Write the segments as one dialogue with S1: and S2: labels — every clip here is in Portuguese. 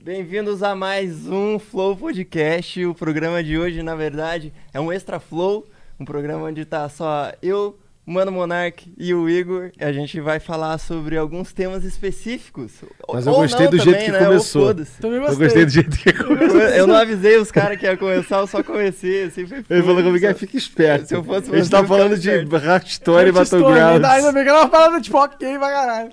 S1: Bem-vindos a mais um Flow Podcast. O programa de hoje, na verdade, é um extra flow, um programa onde tá só eu, o Mano Monark e o Igor. A gente vai falar sobre alguns temas específicos.
S2: Mas eu
S1: Ou
S2: gostei
S1: não
S2: do jeito
S1: também,
S2: que
S1: né? Ou
S2: começou.
S1: foda-se.
S3: Também
S2: Eu gostei do jeito que começou.
S1: Eu não avisei os caras que ia começar, eu só comecei. Assim, foi
S2: Ele falou
S1: foda-se.
S2: comigo, é, fica esperto.
S1: Se eu fosse
S2: a gente
S1: você,
S2: tá
S1: eu
S2: falando
S1: ficava
S2: de
S1: esperto.
S2: Rastory e Battlegrounds.
S3: Ainda bem que ela fala é de rock gay pra caralho.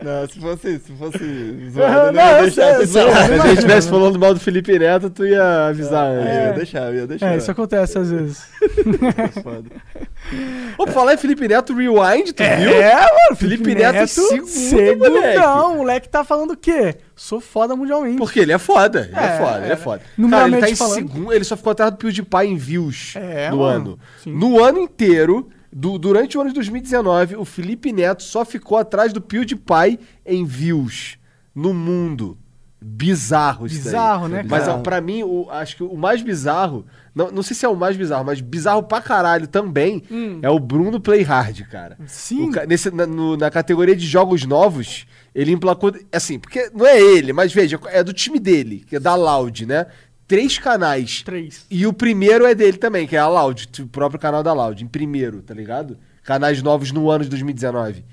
S1: Não, se fosse, se fosse
S3: Não,
S1: zoado, eu não
S3: não,
S1: ia
S3: eu
S1: deixar.
S3: sei, eu
S1: vocês
S3: sei.
S1: falarem.
S2: Mas se a gente estivesse falando mal do Felipe Neto, tu ia avisar antes.
S1: Eu ia
S2: né?
S1: deixar, eu ia deixar.
S3: É, isso acontece às vezes.
S1: Foda.
S2: Ô, pra falar em Felipe Neto Rewind, tu viu?
S3: mano.
S2: É, Felipe Neto em segundo, moleque.
S3: Não, o moleque tá falando o quê? Sou foda mundialmente.
S2: Porque ele é foda, ele é,
S3: É,
S2: foda, ele é
S3: é.
S2: foda. Cara, ele
S3: Numeramente
S2: tá em
S3: falando.
S2: segundo, ele só ficou atrás do PewDiePie em views
S3: É,
S2: no
S3: mano,
S2: ano.
S3: sim.
S2: No ano inteiro, du- durante o ano de 2019, o Felipe Neto só ficou atrás do PewDiePie em views no mundo. Bizarro isso daí.
S3: Bizarro, né,
S2: Mas
S1: cara?
S2: ó, pra mim, o- acho que o mais bizarro, não, não sei se é o mais bizarro, mas bizarro pra caralho também, é o Bruno Playhard, cara.
S3: Hum. Sim.
S2: O ca- nesse- na, no- na categoria de jogos novos, ele emplacou. Assim, porque não é ele, mas veja, é do time dele, que é da Loud, né? Três canais.
S3: Três.
S2: E o primeiro é dele também, que é a Loud, o próprio canal da Loud, em primeiro, tá ligado? Canais novos no ano de 2019.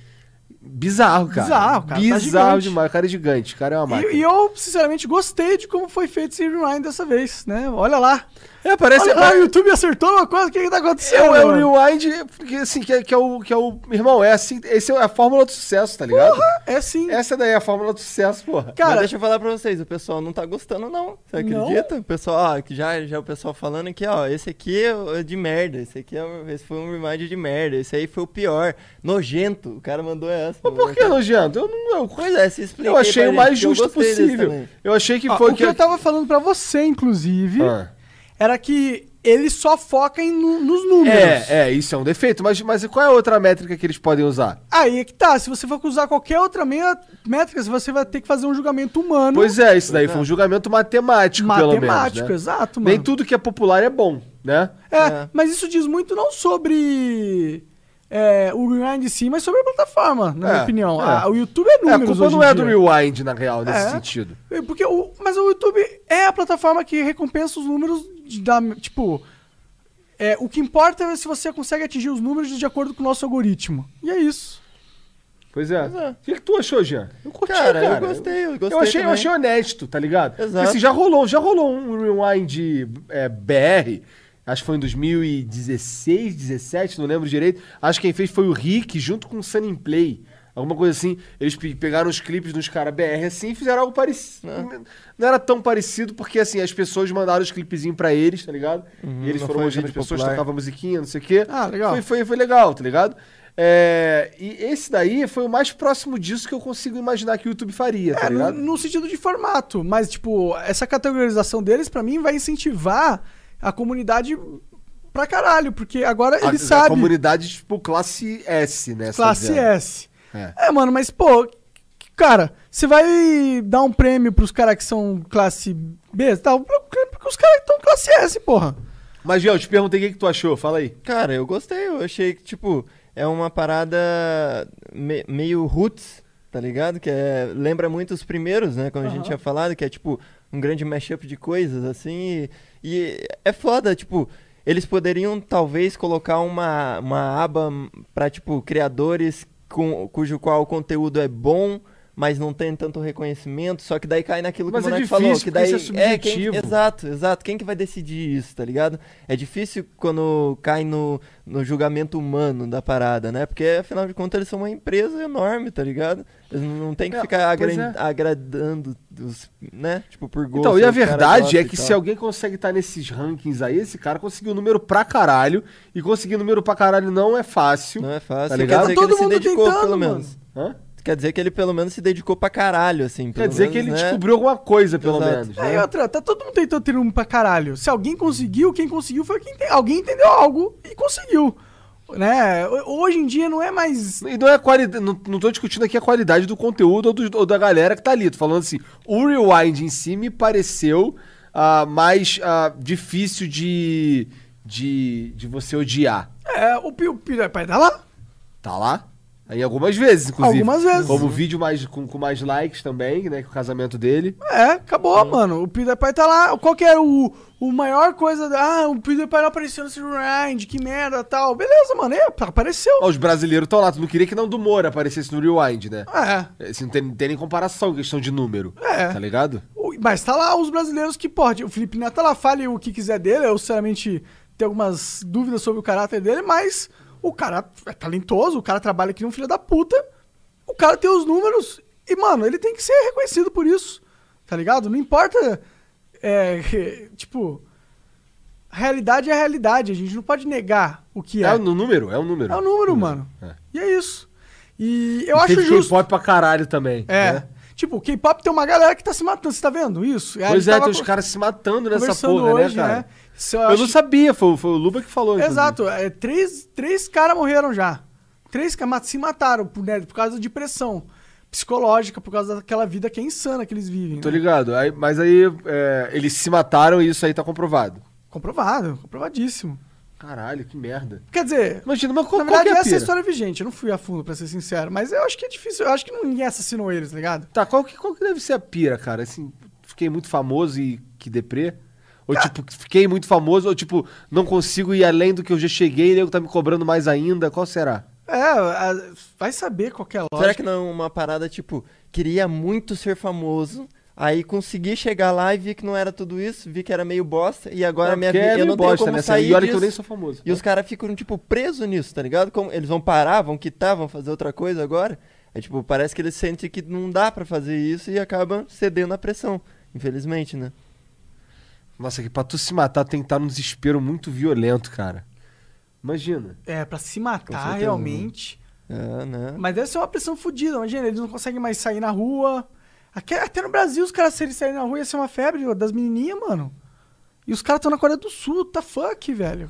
S2: Bizarro, cara.
S3: Bizarro, cara, tá
S2: Bizarro
S3: gigante.
S2: demais. O cara é gigante, o cara é uma máquina.
S3: E, e eu, sinceramente, gostei de como foi feito esse rewind dessa vez, né? Olha lá.
S2: É, parece.
S3: Olha lá, o YouTube acertou uma coisa, o que que tá
S2: É,
S3: acontecendo?
S2: o- é o
S3: mano?
S2: Rewind, porque assim, que é, que é o. Que é o irmão, é assim. Essa é a fórmula do sucesso, tá ligado?
S3: É sim.
S2: Essa daí é a fórmula do sucesso, porra.
S1: Mas
S3: Cara,
S1: deixa eu falar pra vocês, o pessoal não tá gostando, não. Você
S3: Não?
S1: acredita? O pessoal, ó, que já, já o pessoal falando que, ó, esse aqui é de merda, esse aqui é, um- esse foi um remind de merda, esse aí foi o pior, nojento. O cara mandou essa.
S2: Mas por que, nojento? Eu não. Eu,
S1: Pois é, se explica.
S2: eu
S1: aí
S2: achei
S1: pra
S2: o
S1: gente,
S2: mais
S1: que eu
S2: justo
S1: gostei desse
S2: possível.
S1: também.
S2: Eu achei que
S3: ó,
S2: foi
S3: Ah, o que eu tava falando pra você, inclusive,
S2: Ah.
S3: era que ele só foca em nu- nos números.
S2: É, é, isso é um defeito. Mas, mas qual é a outra métrica que eles podem usar?
S3: Aí é que tá, se você for usar qualquer outra me- métrica, você vai ter que fazer um julgamento humano
S2: Pois é, isso daí foi um julgamento matemático, pelo menos.
S3: matemático,
S2: né?
S3: exato, mano.
S2: Nem tudo que é popular é bom, né?
S3: É,
S1: É.
S3: mas isso diz muito não sobre é, o Rewind em si, mas sobre a plataforma, na
S2: É,
S3: minha opinião.
S2: é.
S3: Ah, o YouTube é
S2: É, a
S3: números
S2: culpa
S3: hoje
S2: não
S3: em
S2: é do
S3: dia.
S2: rewind, na real, nesse
S3: É.
S2: sentido.
S3: É, Porque o, mas o YouTube é a plataforma que recompensa os números de- da, tipo é, o que importa é se você consegue atingir os números de acordo com o nosso algoritmo. E é isso.
S2: Pois é.
S1: Pois é.
S2: O que, que tu achou, Jean? Eu curti,
S1: Cara, eu gostei, eu gostei
S2: Eu achei, eu
S1: também.
S2: achei honesto, tá ligado?
S1: Exato.
S2: Porque, assim, já rolou, já rolou um rewind é, BR, acho que foi em 2016, 17, não lembro direito. Acho que quem fez foi o Rick, junto com o Sunny Play. Alguma coisa assim, eles pe- pegaram os clipes dos caras BR assim e fizeram algo parecido.
S1: É.
S2: Não. era tão parecido, porque assim, as pessoas mandaram os clipezinhos pra eles, tá ligado? e eles
S1: não
S2: foram
S1: foi um
S2: mostrando as
S1: vídeo
S2: pessoas,
S1: popular.
S2: tocavam musiquinha, não sei o quê.
S3: Ah, legal.
S2: Foi, foi, foi legal, tá ligado? É, e esse daí foi o mais próximo disso que eu consigo imaginar que o YouTube faria, tá
S3: É, no,
S2: ligado?
S3: no sentido de formato, mas tipo, essa categorização deles pra mim vai incentivar a comunidade pra caralho, porque agora
S2: A-
S3: ele
S2: A
S3: sabe
S2: comunidade, tipo, classe S, né? você tá
S3: classe
S2: dizendo.
S3: S.
S2: É.
S3: É. mano, mas pô, cara, você vai dar um prêmio pros caras que são classe B, tá? Um prêmio porque os caras que estão classe S, porra.
S2: Mas, Gel, eu te perguntei o que, que tu achou, fala aí.
S1: Cara, eu gostei, eu achei que, tipo, é uma parada me- meio roots, tá ligado? Que é, lembra muito os primeiros, né? Quando a gente tinha falado, que é, tipo, um grande mashup de coisas, assim. E, e é foda, tipo, eles poderiam, talvez, colocar uma, uma aba pra, tipo, criadores com, cujo qual o conteúdo é bom... Mas não tem tanto reconhecimento, só que daí cai naquilo
S2: Mas
S1: que
S2: é
S1: o Monark
S2: difícil,
S1: falou. Que
S2: porque
S1: daí
S2: isso é
S1: é quem,
S2: subjetivo.
S1: Exato, exato. Quem que vai decidir isso, tá ligado? É difícil quando cai no, no julgamento humano da parada, né? Porque, afinal de contas, eles são uma empresa enorme, tá ligado? Eles não- não tem que
S2: É,
S1: ficar agra-
S2: pois é.
S1: agradando os, né? Tipo, por gosto.
S2: Então, e a
S1: os cara
S2: verdade
S1: gosta
S2: é
S1: e
S2: que
S1: tal.
S2: se alguém consegue estar nesses rankings aí, esse cara conseguiu um número pra caralho. E conseguir número pra caralho não é fácil.
S1: Não é fácil.
S2: Tá
S1: Quer
S2: ligado?
S1: dizer que
S3: Todo
S1: ele se
S3: mundo
S1: dedicou,
S3: tentando,
S1: pelo
S3: mano.
S1: menos.
S2: Hã?
S1: Quer dizer que ele pelo menos se dedicou pra caralho, assim.
S2: Quer
S1: pelo
S2: dizer que
S1: menos,
S2: ele tipo,
S1: né?
S2: descobriu alguma coisa, pelo
S1: Exato.
S2: menos.
S3: É, e
S2: né?
S3: outra, tá todo mundo tentando ter um pra caralho. Se alguém conseguiu, quem conseguiu foi quem tem, alguém entendeu algo e conseguiu. Né? Ho- Hoje em dia não é mais.
S2: E não é qualidade. Não, não tô discutindo aqui a qualidade do conteúdo ou, do- ou da galera que tá ali. Tô falando assim, o rewind em si me pareceu ah, mais ah, difícil de, de. de você odiar.
S3: É, o Pio Pio Pai tá lá.
S2: Tá lá? Aí algumas vezes, inclusive.
S3: Algumas vezes.
S2: Como vídeo mais, com, com mais likes também, né? Com o casamento dele.
S3: É, acabou, mano. O PewDiePie tá lá. Qual que era o, o maior coisa? da- Ah, o PewDiePie não apareceu nesse rewind, que merda tal. Beleza, mano. É, apareceu.
S2: Ó, Ah, os brasileiros estão lá. Tu não queria que não do Moro aparecesse no rewind, né?
S3: É.
S2: É, Assim, não tem, não tem nem comparação em questão de número.
S3: É.
S2: Tá ligado?
S3: O- Mas tá lá os brasileiros que pode. O Felipe Neto tá lá, fale o que quiser dele. Eu, sinceramente, tenho algumas dúvidas sobre o caráter dele, mas o cara é talentoso, o cara trabalha aqui um filho da puta. O cara tem os números e, mano, ele tem que ser reconhecido por isso. Tá ligado? Não importa. é, que, tipo, a realidade é a realidade. A gente não pode negar o que é.
S2: É, um número, é um número.
S3: É o número, mano.
S2: É.
S3: E é isso. E eu
S2: E
S3: acho
S2: teve
S3: justo.
S2: K-pop é pra caralho também.
S3: É.
S2: né?
S3: Tipo, o K-pop tem uma galera que tá se matando, você tá vendo isso? Aí
S2: Pois é,
S3: tava
S2: tem os
S3: co-
S2: caras se matando nessa
S3: conversando
S2: porra,
S3: hoje,
S2: né, cara?
S3: Isso
S2: Eu não
S3: acho-
S2: sabia, foi, foi o Luba que falou. inclusive.
S3: Exato, é, três, três caras morreram já. Três caras se mataram por, né, por causa de pressão psicológica, por causa daquela vida que é insana que eles vivem.
S2: Tô
S3: né?
S2: ligado. Aí- mas aí é, eles se mataram e isso aí tá comprovado.
S3: Comprovado, comprovadíssimo.
S2: Caralho, que merda.
S3: Quer dizer,
S2: Imagina, mas qual,
S3: na
S2: qual
S3: verdade
S2: que é a
S3: essa
S2: pira?
S3: história é vigente, eu não fui a fundo, pra ser sincero, mas eu acho que é difícil, eu acho que ninguém assassinou eles, tá ligado?
S2: Tá, qual que, qual que deve ser a pira, cara? Assim, fiquei muito famoso e que deprê? Ou, tipo, fiquei muito famoso, ou, tipo, não consigo ir além do que eu já cheguei e nego tá me cobrando mais ainda. Qual será?
S3: É, a- vai saber qual que é a lógica.
S1: Será que não é uma parada, tipo, queria muito ser famoso, aí consegui chegar lá e vi que não era tudo isso, vi que era meio bosta, e agora
S2: Não,
S1: minha
S2: porque
S1: vida,
S2: é
S1: eu
S2: meio
S1: não tenho
S2: bosta,
S1: como
S2: né?
S1: sair
S2: E olha que
S1: disso.
S2: eu nem sou famoso.
S1: E os caras ficam, tipo, presos nisso, tá ligado? Como eles vão parar, vão quitar, vão fazer outra coisa agora. É tipo, parece que eles sentem que não dá pra fazer isso e acabam cedendo à pressão, infelizmente, né?
S2: Nossa, que pra tu se matar tem que estar num desespero muito violento, cara. Imagina.
S3: É, pra se
S1: Com
S3: matar
S1: certeza,
S3: realmente.
S1: É, né?
S3: Mas deve ser uma pressão fodida, imagina, eles não conseguem mais sair na rua. Aqui- até no Brasil, os caras, se eles saírem na rua, ia ser uma febre ó, das menininhas, mano. E os caras estão na Coreia do Sul, tá fuck, velho.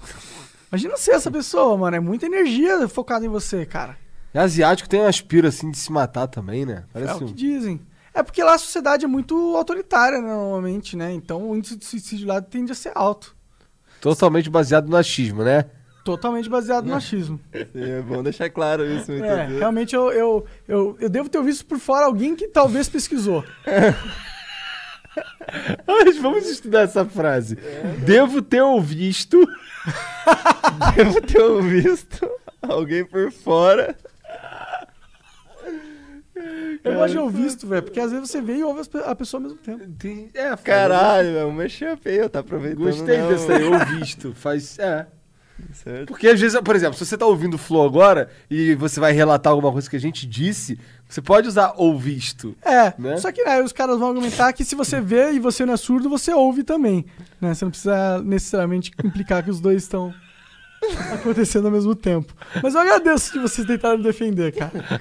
S3: Imagina ser essa pessoa, mano. É muita energia focada em você, cara.
S2: E asiático tem umas pira assim de se matar também, né?
S3: É o
S2: Parece
S3: que
S2: um.
S3: dizem. É porque lá a sociedade é muito autoritária, né, normalmente, né? Então o índice de suicídio lá tende a ser alto.
S2: Totalmente baseado no achismo, né?
S3: Totalmente baseado no machismo.
S1: É bom deixar claro isso,
S3: É,
S1: entendeu?
S3: realmente eu, eu, eu, eu devo ter visto por fora alguém que talvez pesquisou.
S2: Mas vamos estudar essa frase. Devo ter ouvido.
S1: Devo ter visto alguém por fora.
S3: Eu gosto de ouvir visto, velho, porque às vezes você vê e ouve as pe- a pessoa ao mesmo tempo.
S2: É,
S1: Caralho, é um mashup aí, eu tá aproveitando.
S2: Gostei
S1: não,
S2: dessa aí, ouvisto. Faz. É.
S1: Certo?
S2: Porque às vezes, por exemplo, se você tá ouvindo o Flow agora e você vai relatar alguma coisa que a gente disse, você pode usar ouvisto.
S3: É,
S2: Né?
S3: só que né, os caras vão argumentar que se você vê e você não é surdo, você ouve também. Né? Você não precisa necessariamente implicar que os dois estão acontecendo ao mesmo tempo. Mas eu agradeço de vocês tentarem me defender, cara.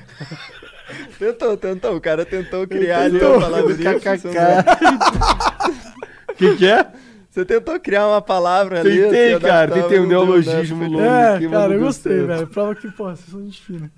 S1: Tentou, tentou. O cara tentou criar ali
S2: Então,
S1: uma palavrinha. assim, funcionou.
S2: kkk. que que é?
S1: Você tentou criar uma palavra ali. assim,
S2: Tentei,
S1: você
S2: cara,
S1: adaptava,
S2: tentei um
S1: não deu nada,
S2: neologismo
S1: foi-
S2: louco.
S3: É,
S2: que
S3: cara, eu
S2: maluco
S3: gostei,
S2: certo.
S3: velho. Prova que, pô, vocês são gente fina.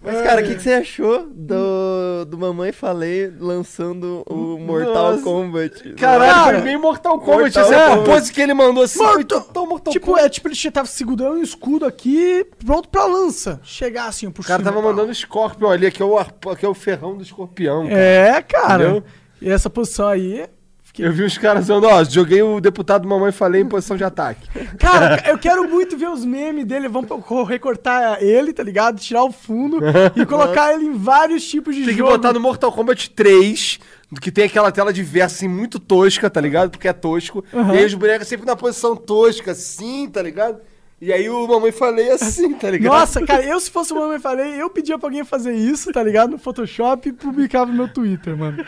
S1: Mas, cara, o
S2: É.
S1: que, que você achou do, do Mamãe Falei lançando o Mortal
S2: Nossa.
S1: Kombat?
S2: Caralho,
S3: Cara,
S2: foi bem Mortal Kombat.
S1: Mortal
S2: essa é
S1: Kombat.
S2: pose que ele mandou assim.
S3: Mortal-
S2: foi total Mortal
S3: tipo,
S2: Kombat.
S3: é tipo, ele já tava segurando um escudo aqui, pronto pra lança. Chegar assim,
S2: O cara
S3: puxando.
S2: tava mandando Scorpion ali, que é o, arpa- que é o ferrão do escorpião. cara.
S3: É, cara.
S2: Entendeu?
S3: E essa posição aí. fiquei-
S2: Eu vi os caras falando, ó, joguei o deputado Mamãe Falei em posição de ataque.
S3: Cara, eu quero muito ver os memes dele. Vamos co- recortar ele, tá ligado? Tirar o fundo e colocar ele em vários tipos de
S2: Tem que
S3: jogo.
S2: botar no Mortal Kombat 3, que tem aquela tela de verso assim, muito tosca, tá ligado? Porque é tosco. E aí os bonecos sempre na posição tosca, assim, tá ligado? E aí o Mamãe Falei assim, tá ligado?
S3: Nossa, cara, eu se fosse o Mamãe Falei, eu pedia pra alguém fazer isso, tá ligado? No Photoshop e publicava no meu Twitter, mano.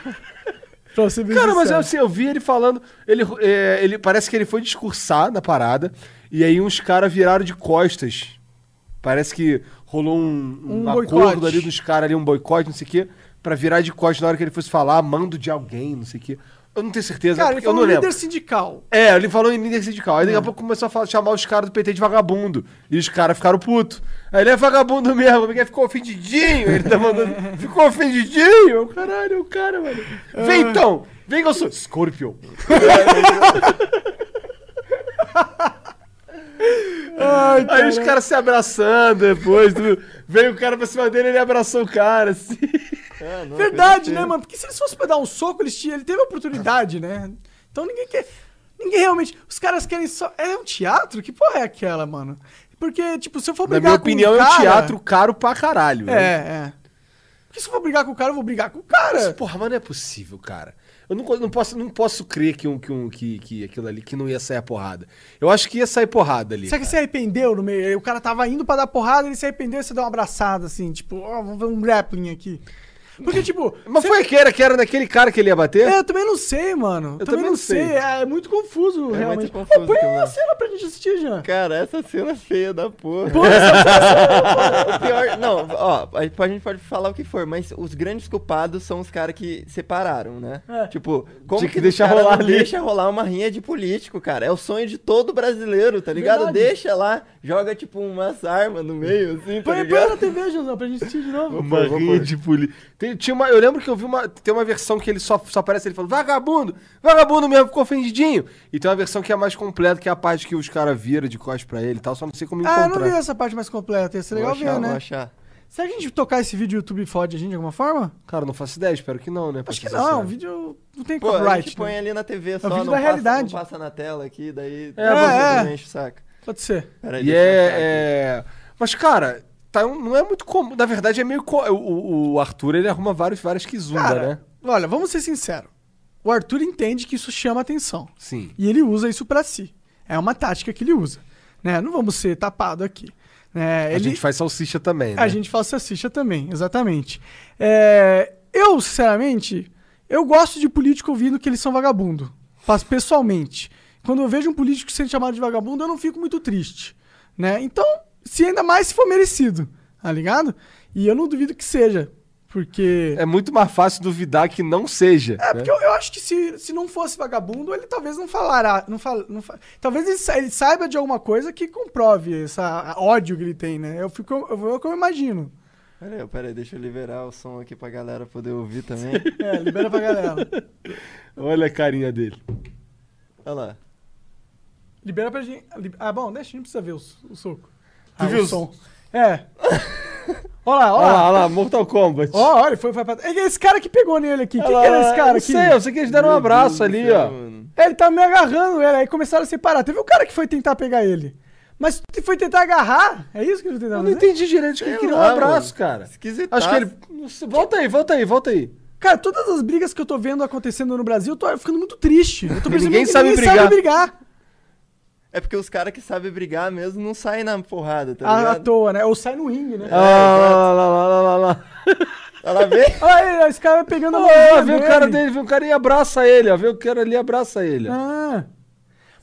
S3: Pra você ver é
S2: Cara, mas eu, assim, eu vi ele falando. Ele, é, ele parece que ele foi discursar na parada. E aí uns caras viraram de costas Parece que rolou um, um
S3: Um
S2: acordo
S3: boicote.
S2: ali dos caras ali, um boicote, não sei o quê, pra virar de costas na hora que ele fosse falar, mando de alguém, não sei o quê. Eu não tenho certeza,
S3: Cara, ele
S2: porque eu não
S3: falou líder
S2: lembro.
S3: sindical.
S2: É, ele falou em líder sindical. Aí daqui a
S3: É.
S2: pouco começou a falar- chamar os caras do PT de vagabundo. E os caras ficaram putos. Aí ele é vagabundo mesmo, porque ficou ofendidinho. Ele tá mandando. ficou ofendidinho. Eu, Caralho, o cara, mano.
S3: Ah.
S2: Vem então! Vem que eu sou. Scorpion. Aí os caras se abraçando depois. Tu... Veio o cara pra cima dele ele abraçou o cara, assim.
S1: É, não,
S3: Verdade,
S1: coisa
S3: né,
S1: feia.
S3: mano? Porque se eles fossem pra dar um soco, eles tinham, ele teve a oportunidade, né? Então ninguém quer. Ninguém realmente. Os caras querem só. É um teatro? Que porra é aquela, mano? Porque, tipo, se eu for
S2: Na
S3: brigar
S2: minha
S3: com
S2: opinião,
S3: um
S2: é um
S3: cara,
S2: teatro caro pra caralho. né?
S3: É, é. Porque se eu for brigar com o cara, eu vou brigar com o
S2: Mas,
S3: cara.
S2: porra, mas não é possível, cara. Eu não, co- não posso, não posso crer que, um, que, um, que, que aquilo ali que não ia sair a porrada. Eu acho que ia sair porrada ali.
S3: Será que é- se arrependeu no meio? Aí O cara tava indo pra dar porrada, ele se arrependeu e você deu uma abraçada, assim, tipo, ó, vamos ver um grappling aqui. Porque, tipo.
S2: Mas foi que era, que era naquele cara que ele ia bater?
S3: É, eu também não sei, mano. Eu também, não sei. É, é muito confuso,
S1: É muito
S3: realmente.
S1: confuso
S3: Pô, põe
S1: aquilo lá.
S3: a cena pra gente assistir, Jean.
S1: Cara, essa cena feia da porra.
S3: Põe essa é
S1: O pior, não, ó, a gente a gente pode falar o que for, mas os grandes culpados são os caras que separaram, né?
S3: É.
S1: Tipo, como
S2: Tinha
S1: que,
S2: que deixar
S1: os cara
S2: rolar
S1: não
S2: ali.
S1: deixa rolar uma rinha de político, cara? É o sonho de todo brasileiro, tá ligado?
S3: Verdade.
S1: Deixa lá, joga tipo umas armas no meio, assim, tá
S3: Põe, põe ela
S1: ligado?
S3: na TV, Josão, pra gente assistir de novo.
S2: Uma
S1: Vou pôr, vou
S2: rede
S1: pôr.
S2: de polícia. Tem- tinha uma, eu lembro que eu vi uma. Tem uma versão que ele só, só aparece ele falando vagabundo, vagabundo mesmo, ficou ofendidinho. E tem uma versão que é mais completa, que é a parte que os caras viram de costas pra ele e tal, só não sei como
S3: Ah, eu não vi
S2: encontrar.
S3: essa parte mais completa. Ia ser legal
S1: vou achar,
S3: ver,
S1: vou
S3: né?
S1: achar.
S3: Será que a gente tocar esse vídeo, o YouTube fode a gente de alguma forma?
S2: Cara, não faço ideia, espero que não, né? pra
S3: Acho que
S2: ser
S3: não, o
S2: sincero.
S3: vídeo não tem
S1: Pô, a
S3: copyright.
S1: gente põe
S3: né?
S1: ali na TV só, não,
S3: vídeo da
S1: passa,
S3: realidade.
S1: não passa na tela aquaqui, daí
S2: É,
S3: é.
S1: não enche o saco.
S3: Pode ser.
S1: Peraí,
S2: E
S1: deixa eu achar aqui.
S2: é, é- Mas, cara, tá um- não é muito comum. Na verdade, é meio. co- O, o Arthur, ele arruma vários, várias quizumbas,
S3: Cara,
S2: né?
S3: olha, vamos ser sinceros. O Arthur entende que isso chama atenção.
S2: Sim.
S3: E ele usa isso pra si. É uma tática que ele usa. Né? Não vamos ser tapado aqui. Né?
S2: A
S3: Ele-
S2: gente faz salsicha também, né?
S3: A gente faz salsicha também, exatamente. É, eu, sinceramente, eu gosto de político ouvindo que eles são vagabundo. Faz pessoalmente. Quando eu vejo um político sendo chamado de vagabundo, eu não fico muito triste. Né? Então, se ainda mais se for merecido, tá ligado? E eu não duvido que seja. Porque.
S2: É muito mais fácil duvidar que não seja. né?
S3: É, porque eu, eu acho que se, se não fosse vagabundo, ele talvez não falará. Não fal, não fa- talvez ele, sa- ele saiba de alguma coisa que comprove esse ódio que ele tem, né? Eu fico, eu, eu, eu imagino.
S1: Peraí, peraí, deixa eu liberar o som aqui pra galera poder ouvir também.
S3: É, libera pra galera.
S2: Olha a carinha dele.
S1: Olha lá.
S3: Libera pra gente. lib- Ah, bom, deixa, a gente não precisa ver o, s- o soco.
S2: Tu
S3: ah,
S2: viu
S3: o
S2: o
S3: som? É. olha
S2: Olha
S3: lá, olha lá.
S2: lá, olha lá, Mortal Kombat.
S3: Ó, olha, ele foi, foi pra... É esse cara que pegou nele aqui. Quem
S2: Olha lá,
S3: que era esse cara
S2: eu
S3: aqui?
S2: Sei, eu sei que eles deram um
S1: Meu Deus é um-
S2: abraço
S1: do
S2: ali,
S1: céu,
S2: ó.
S1: mano.
S3: Ele tá me agarrando, ele. Aí começaram a separar. Teve um cara que foi tentar pegar ele. Mas tu foi tentar agarrar? É isso que ele
S2: Eu
S3: tentava
S2: não
S3: fazer?
S2: entendi direito que ele
S1: Sei
S2: queria um
S1: lá,
S2: abraço,
S1: mano.
S2: cara.
S1: Esquisitaço.
S2: Acho que ele. Volta aí, volta aí, volta aí.
S3: Cara, todas as brigas que eu tô vendo acontecendo no Brasil, eu tô ficando muito triste. Eu tô percebendo
S2: Ninguém
S3: que
S2: sabe
S3: ninguém
S2: brigar.
S3: sabe brigar.
S1: É porque os caras que sabem brigar mesmo não saem na porrada, tá
S3: À, à
S1: ligado?
S3: toa, né? Ou sai no ringue,
S1: É,
S3: né?
S2: Ah, lá, lá, lá, lá, lá, lá.
S1: Olha lá, vê.
S3: É. Olha ele, esse cara pegando a
S2: Ah,
S3: mãozinha
S2: vê o cara dele, vê o cara e abraça ele, ó. Vê o cara ali e abraça ele.
S3: Ah.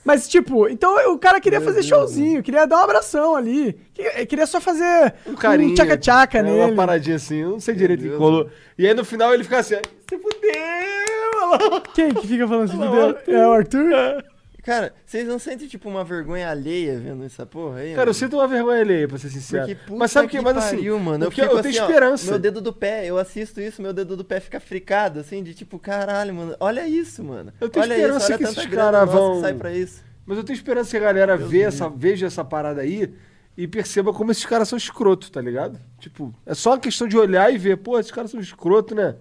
S3: Mas, tipo, então o cara queria
S1: Meu
S3: fazer
S1: Deus,
S3: showzinho, queria dar um abração ali. que- eh, Queria só fazer um
S2: carinho.
S3: tchaca-tchaca
S2: é,
S3: nele.
S2: Uma paradinha assim, eu não sei direito o que
S1: Deus,
S2: colou. E aí no final ele fica assim, ó, se fudeu!
S3: Quem que fica falando assim?
S2: Olha lá,
S3: entendeu?
S2: o Arthur.
S3: É o Arthur?
S1: Cara, vocês não sentem, tipo, uma vergonha alheia vendo essa porra aí?
S2: Cara, eu
S1: mano?
S2: sinto uma vergonha ali, pra ser sincero.
S1: Porque, puta
S2: mas sabe o que? Mas assim,
S1: pariu, mano.
S2: o
S1: Eu,
S2: que eu,
S1: fico
S2: tenho
S1: assim, ó,
S2: esperança.
S1: meu dedo do pé, eu assisto isso, meu dedo do pé fica fricado, assim, de tipo, caralho, mano. Olha isso, mano.
S2: Eu tenho
S1: olha
S2: esperança
S1: isso, olha
S2: que
S1: tanta
S2: esses
S1: grana
S2: cara
S1: nossa
S2: vão-
S1: que sai pra isso.
S2: Mas eu tenho esperança que a galera vê essa, veja essa parada aí e perceba como esses caras são escroto, tá ligado? Tipo, é só uma questão de olhar e ver, pô, esses caras são escroto, né?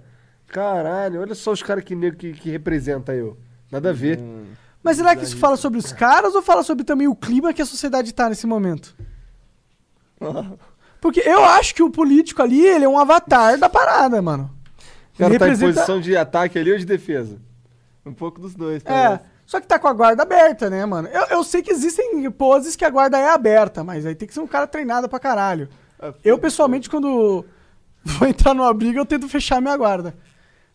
S2: Caralho, olha só os caras que, nego que, que representa eu. Nada a ver.
S3: Mas será que isso fala sobre os caras ou fala sobre também o clima que a sociedade tá nesse momento? Porque eu acho que o político ali, ele é um avatar da parada, mano.
S2: O cara
S3: Ele
S2: tá em
S3: representa-
S2: posição de ataque ali ou de defesa?
S1: Um pouco dos dois,
S3: É,
S1: parece.
S3: só que tá com a guarda aberta, né, mano? Eu, eu sei que existem poses que a guarda é aberta, mas aí tem que ser um cara treinado pra caralho.
S1: Ah,
S3: Eu, pessoalmente, quando vou entrar numa briga, eu tento fechar minha guarda.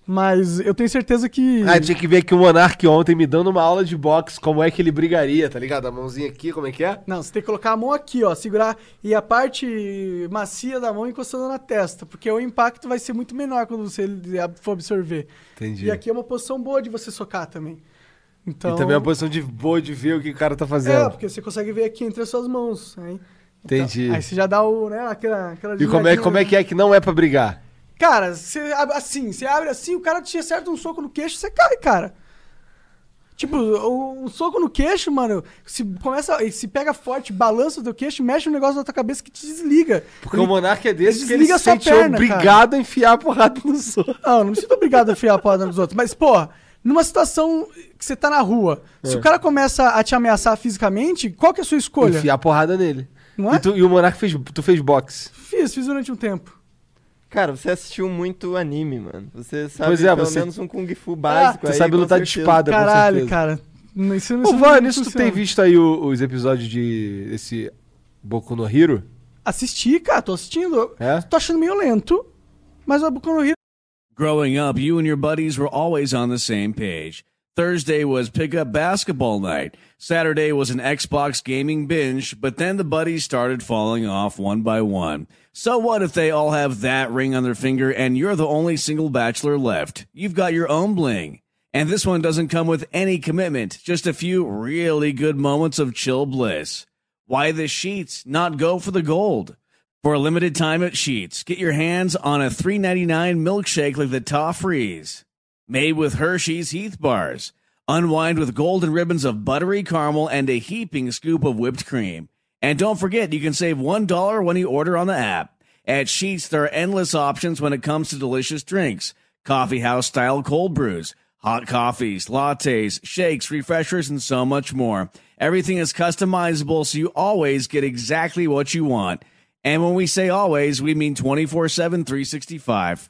S3: Mas eu tenho certeza que.
S2: Ah, tinha que ver aqui o Monark ontem me dando uma aula de boxe, como é que ele brigaria, tá ligado? A mãozinha aqui, como é que é?
S3: Não, você tem que colocar a mão aqui, ó, segurar e a parte macia da mão encostando na testa, porque o impacto vai ser muito menor quando você for absorver.
S2: Entendi.
S3: E aqui é uma posição boa de você socar também. Então,
S2: E também é uma posição de boa de ver o que o cara tá
S3: É,
S2: fazendo.
S3: porque você consegue ver aqui entre as suas mãos. Aí,
S2: Entendi.
S3: aí você já dá o, né, aquela, aquela
S2: e como é,
S3: desviadinha.
S2: como é que é que não é pra brigar?
S3: Cara, você abre assim, você abre assim, o cara te acerta um soco no queixo, você cai, cara. Tipo, o- um soco no queixo, mano, se começa, e se pega forte, balança o teu queixo, mexe um negócio na tua cabeça que te desliga.
S2: Porque
S3: Ele-
S2: o Monark é desse
S3: ele
S2: que ele
S3: desliga
S2: se
S3: sua
S2: sente
S3: perna,
S2: obrigado a enfiar a porrada nos outros.
S3: Ah, Não, não me sinto obrigado a enfiar a porrada nos outros. Mas, porra, numa situação que você tá na rua,
S2: É.
S3: se o cara começa a te ameaçar fisicamente, qual que é a sua escolha?
S2: Enfiar a porrada nele.
S3: Não é?
S2: E, tu- e o Monark fez, tu fez boxe.
S3: Fiz, fiz durante um tempo.
S1: Cara, você assistiu muito anime, mano. Você sabe
S2: Pois é,
S1: pelo
S2: você- Ah,
S1: menos um Kung Fu básico
S2: você
S1: aí,
S2: sabe
S1: com
S2: lutar de
S1: certeza.
S2: espada. com
S3: Caralho,
S2: certeza.
S3: cara. Não, Isso, isso
S2: Ô, Van,
S3: não
S2: nisso tu
S3: funciona.
S2: tem visto aí o- os episódios de esse Boku no Hero?
S3: Assisti, cara, tô assistindo.
S2: É?
S3: Tô achando meio lento, mas o Boku no Hero
S4: Growing up, you and your buddies were always on the same page. Thursday was pickup basketball night. Saturday was an Xbox gaming binge, but then the buddies started falling off one by one. So what if they all have that ring on their finger and you're the only single bachelor left? You've got your own bling. And this one doesn't come with any commitment, just a few really good moments of chill bliss. Why the sheets not go for the gold? For a limited time at Sheets, get your hands on a $3.99 milkshake like the Toffrees, made with Hershey's Heath bars. Unwind with golden ribbons of buttery caramel and a heaping scoop of whipped cream. And don't forget, you can save $1 when you order on the app. At Sheets, there are endless options when it comes to delicious drinks. Coffee house style cold brews, hot coffees, lattes, shakes, refreshers, and so much more. Everything is customizable so you always get exactly what you want. And when we say always, we mean 24 7, 365.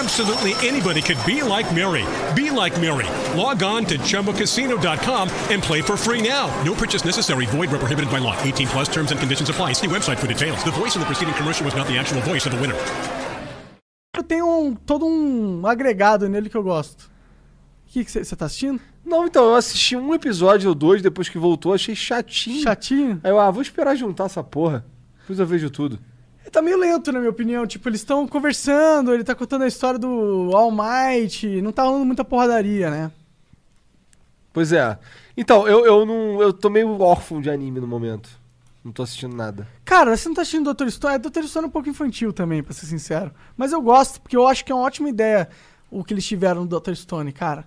S5: Absolutely anybody could be like Mary. Be like Mary. Log on to chumbacasino.com and play for free now. No purchase necessary. Void where prohibited by law. 18 plus terms and conditions apply. See website for details. The voice in the preceding commercial was not the actual voice of the winner.
S3: tem um, todo um agregado nele que eu gosto. O que você tá assistindo?
S2: Não, então, eu assisti um episódio ou dois, depois que voltou, achei chatinho.
S3: Chatinho?
S2: Aí eu, ah, vou esperar juntar essa porra. Depois eu vejo tudo.
S3: Tá meio lento, na minha opinião. Tipo, eles estão conversando, ele tá contando a história do All Might, não tá rolando muita porradaria, né?
S2: Pois é. Então, eu, eu não. Eu tô meio órfão de anime no momento. Não tô assistindo nada.
S3: Cara, você não tá assistindo Doutor Stone? É, Doutor Stone é um pouco infantil também, pra ser sincero. Mas eu gosto, porque eu acho que é uma ótima ideia o que eles tiveram no Doutor Stone, cara.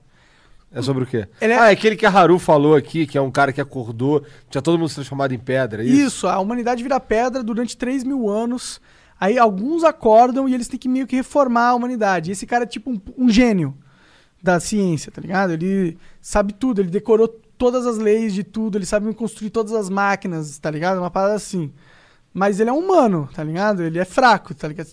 S2: É sobre o quê?
S3: Ele é-
S2: Ah, é aquele que a Haru falou aqui, que é um cara que acordou, tinha todo mundo se transformado em pedra. é
S3: Isso.
S2: Isso.
S3: a humanidade vira pedra durante 3 mil anos. Aí alguns acordam e eles têm que meio que reformar a humanidade. Esse cara é tipo um, um gênio da ciência, tá ligado? Ele sabe tudo, ele decorou todas as leis de tudo, ele sabe construir todas as máquinas, tá ligado? Uma parada assim. Mas ele é humano, tá ligado? Ele é fraco, tá ligado?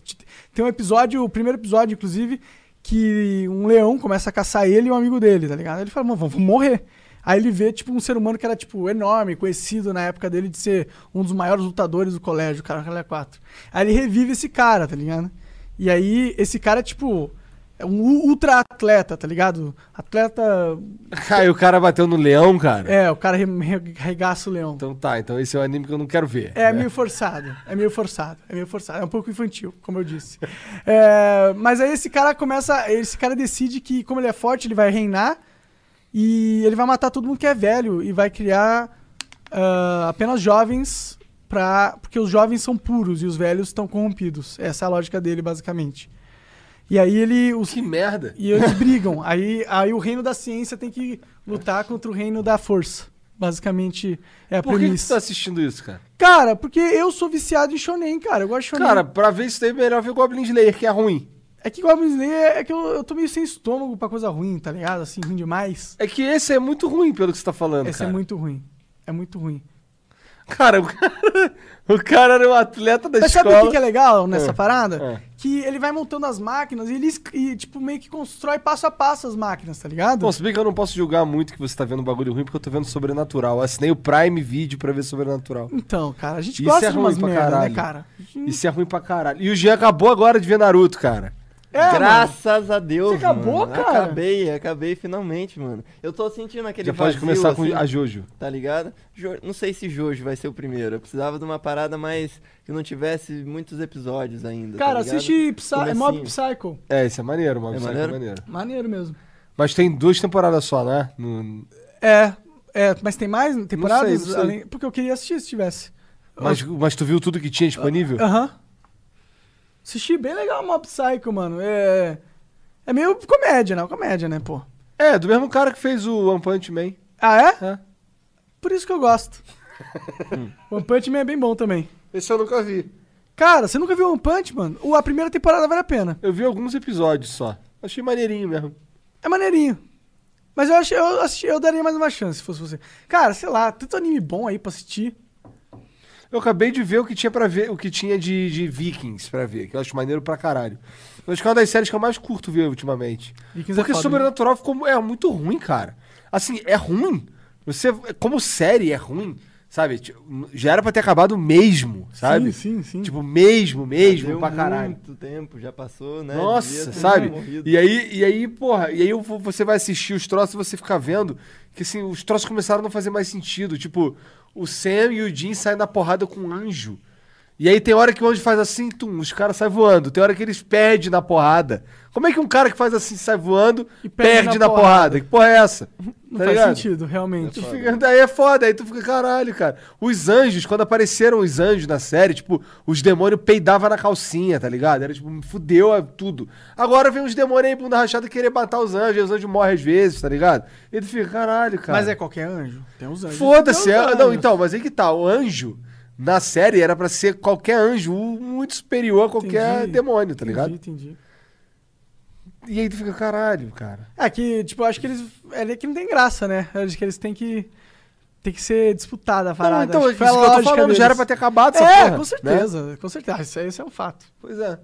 S3: Tem um episódio, o primeiro episódio, inclusive, que um leão começa a caçar ele e um amigo dele, tá ligado? Ele fala, mano, vamos morrer. Aí ele vê, tipo, um ser humano que era, tipo, enorme, conhecido na época dele de ser um dos maiores lutadores do colégio, o cara, ele é quatro. Aí ele revive esse cara, tá ligado? E aí, esse cara, tipo, é um ultra atleta, tá ligado? Atleta.
S2: Aí o cara bateu no leão, cara.
S3: É, o cara re- re- regaça o leão.
S2: Então tá, então esse é um anime que eu não quero ver.
S3: É meio forçado, é meio forçado, é meio forçado, é um pouco infantil, como eu disse. É, mas aí esse cara começa, esse cara decide que como ele é forte, ele vai reinar e ele vai matar todo mundo que é velho e vai criar ah, apenas jovens para porque os jovens são puros e os velhos estão corrompidos. Essa é a lógica dele basicamente. E aí ele os
S2: Que merda.
S3: e eles brigam. Aí, aí o reino da ciência tem que lutar contra o reino da força. Basicamente é a
S2: Por que, que
S3: premissa.
S2: tu tá assistindo isso, cara?
S3: Cara, porque eu sou viciado em shonen, cara. Eu gosto de shonen.
S2: Cara, pra ver isso daí, é melhor ver Goblin Slayer, que é ruim.
S3: é que Goblin Slayer é que eu, eu tô meio sem estômago pra coisa ruim, tá ligado? Assim, ruim demais.
S2: É que esse é muito ruim, pelo que você tá falando,
S3: Esse
S2: cara.
S3: é muito ruim. É muito ruim.
S2: Cara, o cara, o cara era um atleta da
S3: Mas sabe
S2: escola.
S3: o que que é legal nessa parada?
S2: é.
S3: Que ele vai montando as máquinas e ele, es- e, tipo, meio que constrói passo a passo as máquinas, tá ligado?
S2: Bom, se bem que eu não posso julgar muito que você tá vendo bagulho ruim, porque eu tô vendo Sobrenatural. Eu assinei o Prime Video pra ver Sobrenatural.
S3: Então, cara, a gente
S2: Isso
S3: gosta
S2: é
S3: de
S2: ruim
S3: umas
S2: pra
S3: merda, né,
S2: caralho.
S3: cara? A gente-
S2: Isso é ruim pra caralho. E o Jean acabou agora de ver Naruto, cara.
S3: É, mano.
S1: Graças a Deus.
S3: Você acabou,
S1: mano.
S3: cara?
S1: Acabei, acabei finalmente, mano. Eu tô sentindo aquele
S2: Já pode
S1: vazio,
S2: começar com
S1: assim,
S2: a Jojo.
S1: Tá ligado? Jo- Não sei se Jojo vai ser o primeiro. Eu precisava de uma parada mais que não tivesse muitos episódios ainda. tá
S3: Cara,
S1: ligado?
S3: assiste Psy
S1: Comecinho.
S3: Mob Psycho.
S2: É, isso é maneiro, Mob
S1: É
S2: Psycho
S1: maneiro?
S2: é maneiro.
S3: Maneiro mesmo.
S2: Mas tem duas temporadas só, né? No-
S3: É, é, mas tem mais temporadas?
S2: Não sei, não sei.
S3: além- Porque eu queria assistir se tivesse.
S2: Mas, mas tu viu tudo que tinha disponível?
S3: Aham. Assisti bem legal Mob Psycho, mano. É. É meio comédia, né? Comédia, né, pô?
S2: É, do mesmo cara que fez o One Punch Man.
S3: Ah, é?
S2: É.
S3: Por isso que eu gosto. One Punch Man é bem bom também.
S2: Esse eu nunca vi.
S3: Cara, você nunca viu One Punch, mano? O- A primeira temporada vale a pena.
S2: Eu vi alguns episódios só. Achei maneirinho mesmo.
S3: É maneirinho. Mas eu acho, eu, assisti- eu daria mais uma chance se fosse você. Cara, sei lá, tanto anime bom aí pra assistir.
S2: Eu acabei de ver o que tinha para ver, o que tinha de, de Vikings pra ver, que eu acho maneiro pra caralho. Eu acho que é uma das séries que eu mais curto ver ultimamente.
S3: Vikings é
S2: Porque
S3: foda,
S2: Sobrenatural ficou é muito ruim, cara. Assim, é ruim. Você como série é ruim, sabe? Tipo, Já era pra ter acabado mesmo, sabe?
S3: Sim, sim, sim. um
S2: Tipo mesmo,
S1: Já
S2: mesmo
S1: deu
S2: pra caralho.
S1: muito tempo, já passou, né? Devia
S2: Nossa,
S1: ter
S2: sabe?
S1: morrido.
S2: E aí, e aí, porra, e aí eu vou- você vai assistir os troços e você fica vendo que assim, os troços começaram a não fazer mais sentido. Tipo, o Sam e o Jim saem na porrada com um anjo. E aí tem hora que o anjo faz assim, tum, os caras saem voando. Tem hora que eles perdem na porrada. Como é que um cara que faz assim sai voando
S3: E perde
S2: perde,
S3: na
S2: na,
S3: porrada.
S2: porrada. Que porra é essa?
S3: Não
S2: Tá
S3: faz
S2: ligado?
S3: sentido, realmente.
S2: Tu fica- daí é foda, aí tu fica, caralho, cara. Os anjos, quando apareceram os anjos na série, tipo, os demônios peidavam na calcinha, tá ligado? Era tipo, fudeu é, tudo. Agora vem os demônios aí, bunda rachada, querer matar os anjos, aí os anjos morrem às vezes, tá ligado? E tu fica, caralho, cara.
S3: Mas é qualquer anjo. Tem uns anjos.
S2: Foda-se,
S3: Tem uns
S2: é-
S3: anjos.
S2: não, então, mas aí que tá, o anjo na série era pra ser qualquer anjo um muito superior a qualquer
S3: Entendi.
S2: demônio, tá ligado?
S3: Entendi, entendi.
S2: E aí tu fica, caralho, cara.
S3: É que, tipo, eu acho que eles. É que não tem graça, né? Eu acho que eles têm que. Tem que ser disputada a parada.
S2: então,
S3: Acho que foi
S2: isso
S3: a
S2: que eu tô
S3: lógica
S2: falando, já era
S3: deles.
S2: pra ter acabado essa
S3: É,
S2: porra,
S3: com
S2: né?
S3: certeza, com certeza. Isso, aí- isso é um fato.
S2: Pois é.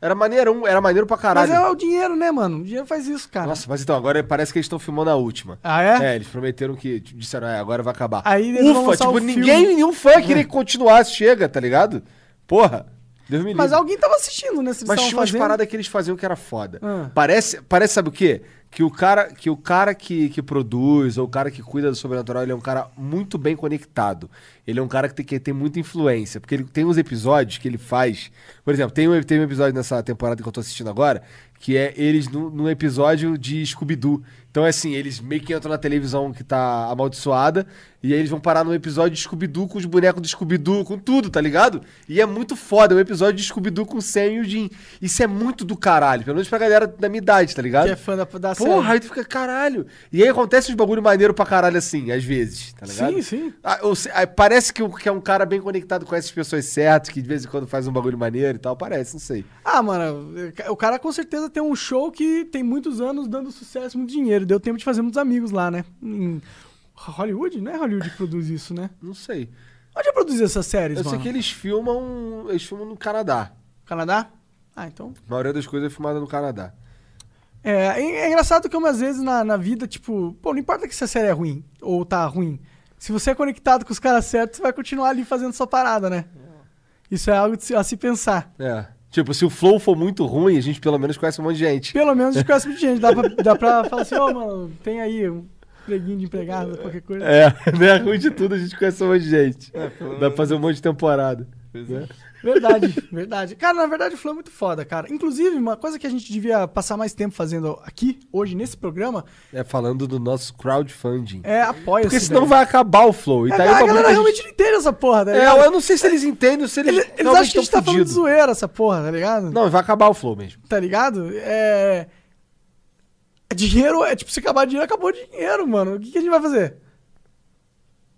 S2: Era maneirão, era maneiro pra caralho.
S3: Mas é o dinheiro, né, mano? O dinheiro faz isso, cara.
S2: Nossa, mas então, agora parece que eles estão filmando a última.
S3: Ah, é?
S2: É, eles prometeram que. tipo, Disseram, é, agora vai acabar.
S3: Aí eles vão
S2: Ufa,
S3: lançar
S2: tipo,
S3: o filme. É.
S2: ninguém, nenhum fã queria que continuasse, chega, tá ligado? Porra, Deus me livre.
S3: Mas alguém tava assistindo, né? Se eles
S2: Mas
S3: estavam
S2: tinha umas
S3: fazendo.
S2: paradas que eles faziam que era foda.
S3: Ah.
S2: Parece, parece, sabe o quê? Que o cara que, o cara que, que produz, ou o cara que cuida do sobrenatural, ele é um cara muito bem conectado. Ele é um cara que tem, que tem muita influência. Porque ele tem uns episódios que ele faz. Por exemplo, tem um, tem um episódio nessa temporada que eu tô assistindo agora, que é eles num, num episódio de Scooby-Doo. Então é assim, eles meio que entram na televisão que tá amaldiçoada, e aí eles vão parar num episódio de Scooby-Doo com os bonecos do Scooby-Doo, com tudo, tá ligado? E é muito foda, é um episódio de Scooby-Doo com o Sam e o Jim. Isso é muito do caralho, pelo menos pra galera da minha idade, tá ligado?
S3: Que é fã da,
S2: Porra,
S3: da série.
S2: aí tu fica, caralho. E aí acontece uns bagulho maneiro pra caralho assim, às vezes, tá ligado?
S3: Sim, sim.
S2: Ah, ou se- ah, parece que, o- que é um cara bem conectado com essas pessoas certas, que de vez em quando faz um bagulho maneiro e tal, parece, não sei.
S3: Ah, mano, o cara com certeza tem um show que tem muitos anos dando sucesso, muito dinheiro. Deu tempo de fazer muitos amigos lá, né? Em Hollywood? Não é Hollywood que produz isso, né?
S2: Não sei.
S3: Onde é produzir essas séries,
S2: Eu
S3: mano?
S2: sei que eles filmam. Eles filmam no Canadá.
S3: Canadá? Ah, então.
S2: A maioria das coisas é filmada no Canadá.
S3: É, é é engraçado que umas vezes na, na vida, tipo, pô, não importa que se a série é ruim ou tá ruim. Se você é conectado com os caras certos, você vai continuar ali fazendo sua parada, né? Isso é algo de se- a se pensar.
S2: É. Tipo, se o flow for muito ruim, a gente pelo menos conhece um monte de gente.
S3: Pelo menos a gente conhece muita gente. Dá pra, dá pra falar assim, ô, mano, tem aí um preguinho de empregado, qualquer coisa.
S2: É, né? Ruim de tudo, a gente conhece um monte de gente.
S3: É,
S1: pelo
S2: Dá
S1: menos.
S2: pra fazer um monte de temporada.
S3: Verdade, verdade. Cara, na verdade o Flow é muito foda, cara. Inclusive, uma coisa que a gente devia passar mais tempo fazendo aqui, hoje, nesse programa,
S2: É falando do nosso crowdfunding.
S3: é apoia-se.
S2: Porque senão
S3: velho. É,
S2: vai acabar o flow. E tá aí
S3: a
S2: o bagulho
S3: galera
S2: que a
S3: realmente
S2: gente-
S3: não entende essa porra, né?
S2: É, eu não sei se eles entendem ou se eles.
S3: Eles, eles
S2: realmente
S3: acham que a gente
S2: tão
S3: tá falando de
S2: fudido.
S3: zoeira essa porra, tá ligado?
S2: Não, vai acabar o flow mesmo.
S3: Tá ligado? É. Dinheiro é tipo, se acabar dinheiro, acabou dinheiro, mano. O que, que a gente vai fazer?